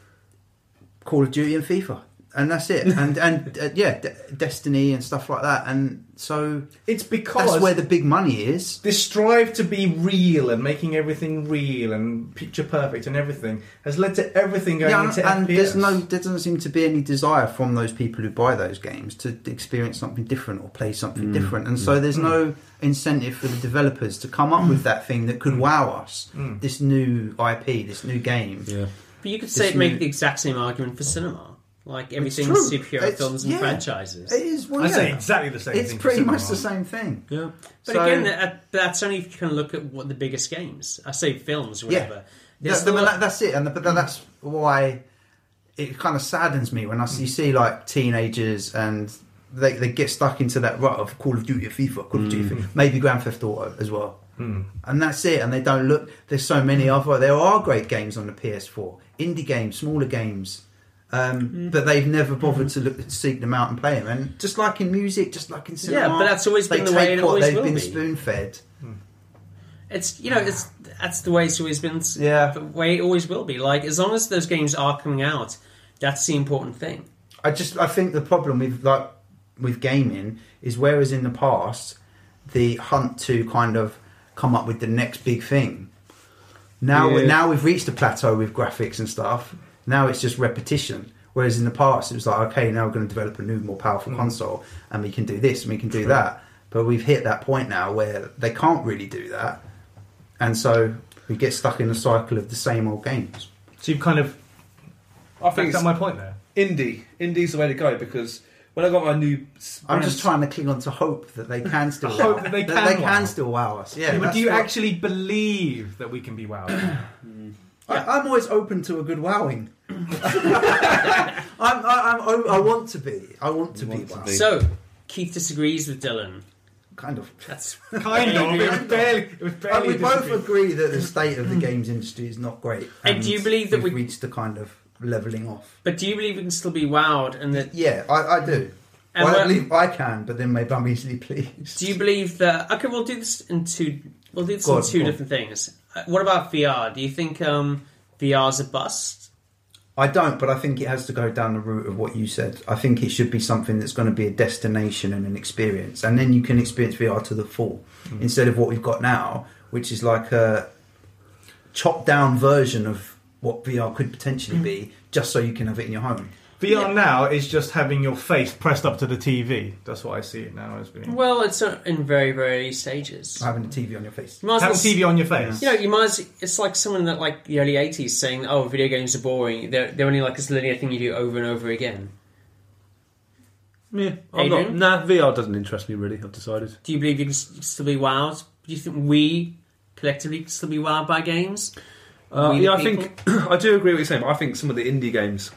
Speaker 5: Call of Duty and FIFA, and that's it. And and uh, yeah, De- Destiny and stuff like that. And so
Speaker 4: It's because
Speaker 5: that's where the big money is.
Speaker 4: this strive to be real and making everything real and picture perfect and everything has led to everything going
Speaker 5: Yeah, and,
Speaker 4: into
Speaker 5: and
Speaker 4: FPS.
Speaker 5: there's no there doesn't seem to be any desire from those people who buy those games to experience something different or play something different. And so
Speaker 4: Mm.
Speaker 5: there's no incentive for the developers to come up with that thing that could wow us.
Speaker 4: Mm.
Speaker 5: This new IP, this new game.
Speaker 3: Yeah.
Speaker 1: But you could say
Speaker 5: It's
Speaker 1: it make
Speaker 5: new.
Speaker 1: the exact same argument for cinema. Like everything
Speaker 5: true.
Speaker 1: superhero
Speaker 5: It's-
Speaker 1: films and
Speaker 5: yeah.
Speaker 1: franchises.
Speaker 5: It is well,
Speaker 4: I say
Speaker 5: Oh, yeah.
Speaker 4: exactly the same
Speaker 5: It's
Speaker 4: thing. for
Speaker 5: pretty
Speaker 4: cinema.
Speaker 5: much the same thing.
Speaker 3: Yeah.
Speaker 1: But
Speaker 5: So-
Speaker 1: again, that, that's only if you can look at what the biggest games. I say films,
Speaker 5: Yeah.
Speaker 1: whatever.
Speaker 5: That's,
Speaker 1: There's
Speaker 5: the,
Speaker 1: a lot-
Speaker 5: that, that's it, and the, but then that's why it kind of saddens me when I see, see like teenagers and they, they get stuck into that rut of Call of Duty, FIFA, Call of Duty,
Speaker 1: Hmm.
Speaker 5: FIFA, maybe Grand Theft Auto as well,
Speaker 4: Hmm.
Speaker 5: and that's it. And they don't look. There's so many other. There are great games on the PS4, indie games, smaller games. Um,
Speaker 1: Hmm.
Speaker 5: But they've never bothered to look to seek them out and play them. And just like in music, just like in cinema,
Speaker 1: yeah, but that's always
Speaker 5: they
Speaker 1: been the
Speaker 5: take
Speaker 1: way it
Speaker 5: what
Speaker 1: always
Speaker 5: they've
Speaker 1: will
Speaker 5: been
Speaker 1: be.
Speaker 5: spoon fed.
Speaker 1: It's you know it's that's the way it's always been.
Speaker 5: Yeah.
Speaker 1: the way it always will be. Like as long as those games are coming out, that's the important thing.
Speaker 5: I just I think the problem with like with gaming is whereas in the past the hunt to kind of come up with the next big thing. Now
Speaker 3: Yeah.
Speaker 5: now we've reached a plateau with graphics and stuff. Now it's just repetition. Whereas in the past it was like okay now we're going to develop a new more powerful console and we can do this and we can do that. But we've hit that point now where they can't really do that, and so we get stuck in the cycle of the same old games.
Speaker 4: So you've kind of
Speaker 3: I think
Speaker 4: backed
Speaker 3: it's
Speaker 4: up my point there.
Speaker 3: indie. Indie's the way to go because when I got my new.
Speaker 5: I'm just trying to cling on to hope that they can still wow.
Speaker 4: Hope that they can wow.
Speaker 5: still wow us. Yeah,
Speaker 4: Yeah, but
Speaker 5: that's
Speaker 4: do you
Speaker 5: what-
Speaker 4: actually believe that we can be wowed?
Speaker 5: I, I'm always open to a good wowing. I'm, I, I'm, o- I want to be. I want to
Speaker 3: You
Speaker 5: be
Speaker 3: want to
Speaker 5: wowed.
Speaker 3: be.
Speaker 1: So Keith disagrees with Dylan.
Speaker 5: Kind of.
Speaker 1: That's
Speaker 4: kind of. It was barely. It was
Speaker 5: Uh,
Speaker 4: barely.
Speaker 5: we
Speaker 4: a
Speaker 5: both
Speaker 4: disagreement.
Speaker 5: agree that the state
Speaker 4: Hmm.
Speaker 5: of the games industry is not great.
Speaker 1: And do you believe that
Speaker 5: we've
Speaker 1: we-
Speaker 5: reached the kind of leveling off?
Speaker 1: but do you believe we can still be wowed? And that
Speaker 5: Yeah, I, I do. Well,
Speaker 1: And
Speaker 5: I
Speaker 1: we're-
Speaker 5: believe I can, but then maybe I'm easily pleased.
Speaker 1: do you believe that? Okay, we'll do this in two. We'll do this
Speaker 5: Go
Speaker 1: in
Speaker 5: on,
Speaker 1: two
Speaker 5: go on.
Speaker 1: different things. Uh, What about VR? Do you think um, VR's a bust?
Speaker 5: I don't, but I think it has to go down the route of what you said. I think it should be something that's going to be a destination and an experience, and then you can experience VR to the full
Speaker 3: Mm.
Speaker 5: instead of what we've got now, which is like a chopped down version of what VR could potentially be, just so you can have it in your home.
Speaker 4: VR now is just having your face pressed up to the TV. That's what I see it now as being.
Speaker 1: Well, it's uh, in very very early stages.
Speaker 5: Having a TV on your face.
Speaker 1: You might as
Speaker 4: Having
Speaker 1: well
Speaker 4: TV on your face.
Speaker 1: You know, you might. As, it's like someone that like the early '80s saying, "Oh, video games are boring. They're they're only like this linear thing you do over and over again."
Speaker 3: Yeah, I'm not,
Speaker 1: Adrian?
Speaker 3: nah, VR doesn't interest me really. I've decided.
Speaker 1: Do you believe you can s- still be wowed? Do you think we collectively can still be wowed by games?
Speaker 3: Uh,
Speaker 1: We
Speaker 3: yeah,
Speaker 1: the
Speaker 3: I think I do agree with what you're saying. But I think some of the indie games.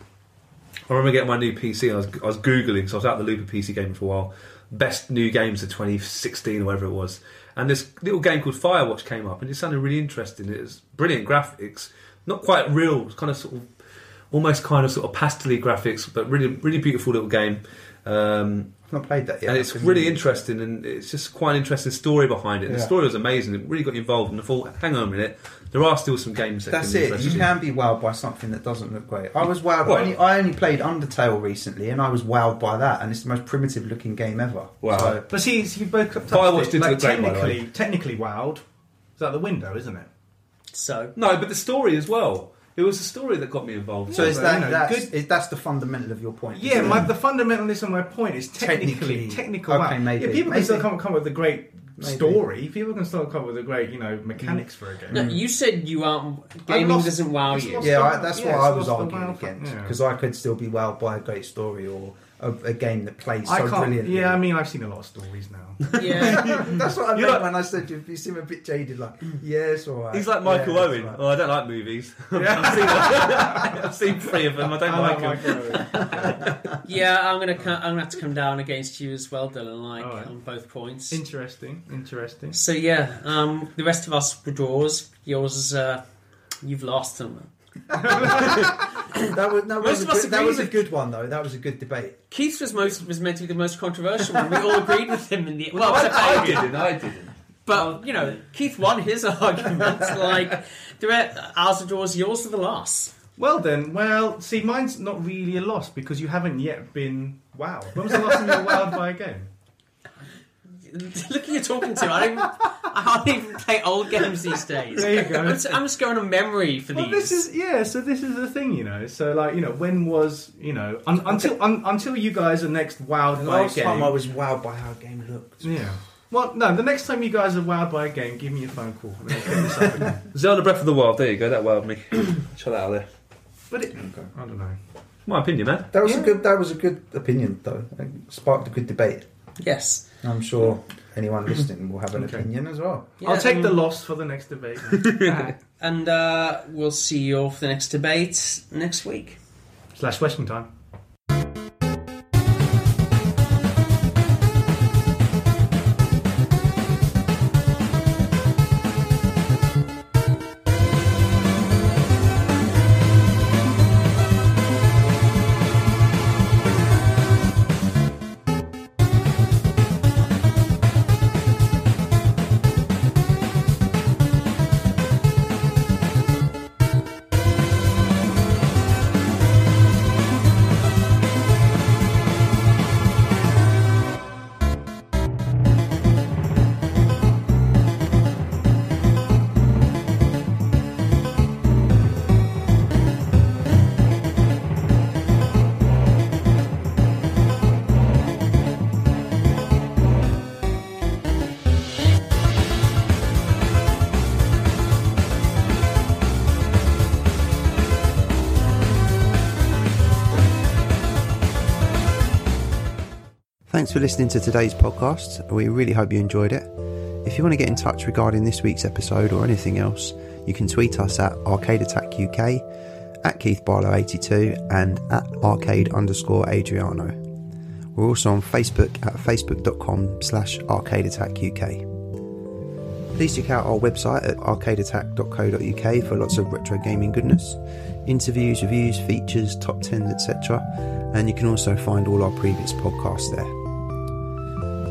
Speaker 3: I remember getting my new PC. and I was, I was googling, so I was out of the loop of PC gaming for a while. best new games of 2016 or whatever it was. And this little game called Firewatch came up, and it sounded really interesting. It was brilliant graphics, not quite real, it's kind of sort of almost kind of sort of pastely graphics, but really really beautiful little game. Um,
Speaker 5: I've not played that yet.
Speaker 3: and it's really interesting, and it's just quite an interesting story behind it. And The
Speaker 5: Yeah.
Speaker 3: story was amazing; it really got you involved. And I thought, hang on a minute, there are still some games that
Speaker 5: That's
Speaker 3: can
Speaker 5: it.
Speaker 3: interest
Speaker 5: You can be wowed by something that doesn't look great. I was wowed.
Speaker 3: Well-
Speaker 5: I, only, I only played Undertale recently, and I was wowed by that. And it's the most primitive looking game ever.
Speaker 3: Wow.
Speaker 5: So,
Speaker 4: But see, see, you both touched
Speaker 3: Firewatch
Speaker 4: it.
Speaker 3: did
Speaker 4: Like,
Speaker 3: look great, by the
Speaker 4: technically, technically, wowed. It's out the window, isn't it?
Speaker 1: So
Speaker 3: No, but the story as well. It was the story that got me involved.
Speaker 5: so
Speaker 3: So
Speaker 5: is
Speaker 4: but,
Speaker 5: that
Speaker 4: you know,
Speaker 5: that's,
Speaker 4: good-
Speaker 5: is- that's the fundamental of your point?
Speaker 4: Yeah,
Speaker 5: isn't
Speaker 4: my,
Speaker 5: it?
Speaker 4: the fundamentalism of my point is technically,
Speaker 5: Technically.
Speaker 4: technical.
Speaker 5: Okay,
Speaker 4: wow.
Speaker 5: maybe,
Speaker 4: Yeah, people can still
Speaker 5: maybe.
Speaker 4: come, come up with a great
Speaker 5: Maybe.
Speaker 4: story. People can still come up with a great, you know,
Speaker 3: Mm.
Speaker 4: mechanics for a game.
Speaker 1: no, you said you aren't
Speaker 4: I
Speaker 1: gaming
Speaker 4: lost-
Speaker 1: doesn't wow
Speaker 4: it's
Speaker 1: you.
Speaker 4: lost-
Speaker 5: yeah, I, that's
Speaker 4: Yeah,
Speaker 5: what
Speaker 4: it's
Speaker 5: I was
Speaker 4: lost the wow
Speaker 5: arguing
Speaker 4: factor,
Speaker 5: against
Speaker 4: yeah.
Speaker 5: because I could still be wowed by a great story or a, a game that plays
Speaker 4: I
Speaker 5: so
Speaker 4: can't.
Speaker 5: brilliantly.
Speaker 4: Yeah, I mean, I've seen a lot of stories now.
Speaker 1: Yeah.
Speaker 5: that's what I
Speaker 3: You're
Speaker 5: meant
Speaker 3: like-
Speaker 5: when I said you, you seem a bit jaded. Like, yes, all right.
Speaker 3: he's like Michael
Speaker 5: Yeah, it's
Speaker 3: Owen.
Speaker 5: all right.
Speaker 3: Oh, I don't like movies. I've, seen, I've seen three of them. I don't like them.
Speaker 1: Yeah, I'm gonna co- I'm gonna have to come down against you as well, Dylan. Like
Speaker 4: All right.
Speaker 1: on both points.
Speaker 4: interesting, interesting.
Speaker 1: So yeah, um, the rest of us were draws. Yours is uh, you've lost them.
Speaker 5: That was, that,
Speaker 1: Most
Speaker 5: was a
Speaker 1: of us
Speaker 5: good, that was a
Speaker 1: agreed.
Speaker 5: good one though. That was a good debate.
Speaker 1: Keith's was most was meant to be the most controversial one. We all agreed with him in the well, except I
Speaker 3: I, I
Speaker 1: did.
Speaker 3: didn't. I didn't.
Speaker 1: but you know Keith won his arguments. like the re- ours are draws, yours are the loss.
Speaker 4: Well then, well, see, mine's not really a loss because you haven't yet been wowed. When was the last time you were wowed by a game?
Speaker 1: Look who you're talking to. I don't. I hardly even play old games these days.
Speaker 4: There you go.
Speaker 1: I'm just, I'm just going on memory for
Speaker 4: Well,
Speaker 1: these.
Speaker 4: this is yeah. So this is the thing, you know. So like, you know, when was you know un- until un- until you guys are next wowed
Speaker 5: The
Speaker 4: by a
Speaker 5: last
Speaker 4: game?
Speaker 5: time I was wowed by how a game looked.
Speaker 4: Yeah. Well, no. The next time you guys are wowed by a game, give me a phone call. and we'll pick this up again.
Speaker 3: Zelda Breath of the Wild. There you go. That wowed me. Shut that out there.
Speaker 4: But it, I don't know.
Speaker 3: My opinion, man.
Speaker 5: That was
Speaker 4: Yeah.
Speaker 5: a good. That was a good opinion, though. It sparked a good debate.
Speaker 1: yes.
Speaker 5: I'm sure anyone listening will have an
Speaker 4: Okay.
Speaker 5: opinion as well.
Speaker 1: Yeah,
Speaker 4: I'll take
Speaker 1: um,
Speaker 4: the loss for the next debate.
Speaker 1: And uh, we'll see you all for the next debate next week.
Speaker 4: Slash question time.
Speaker 2: Thanks for listening to today's podcast. We really hope you enjoyed it. If you want to get in touch regarding this week's episode or anything else, you can tweet us at Arcade Attack UK, at Keith Barlow 82, and at arcade underscore Adriano. We're also on Facebook at facebook.com slash arcade attack UK. Please check out our website at arcadeattack.co.uk for lots of retro gaming goodness, interviews, reviews, features, top 10s, etc. And you can also find all our previous podcasts there.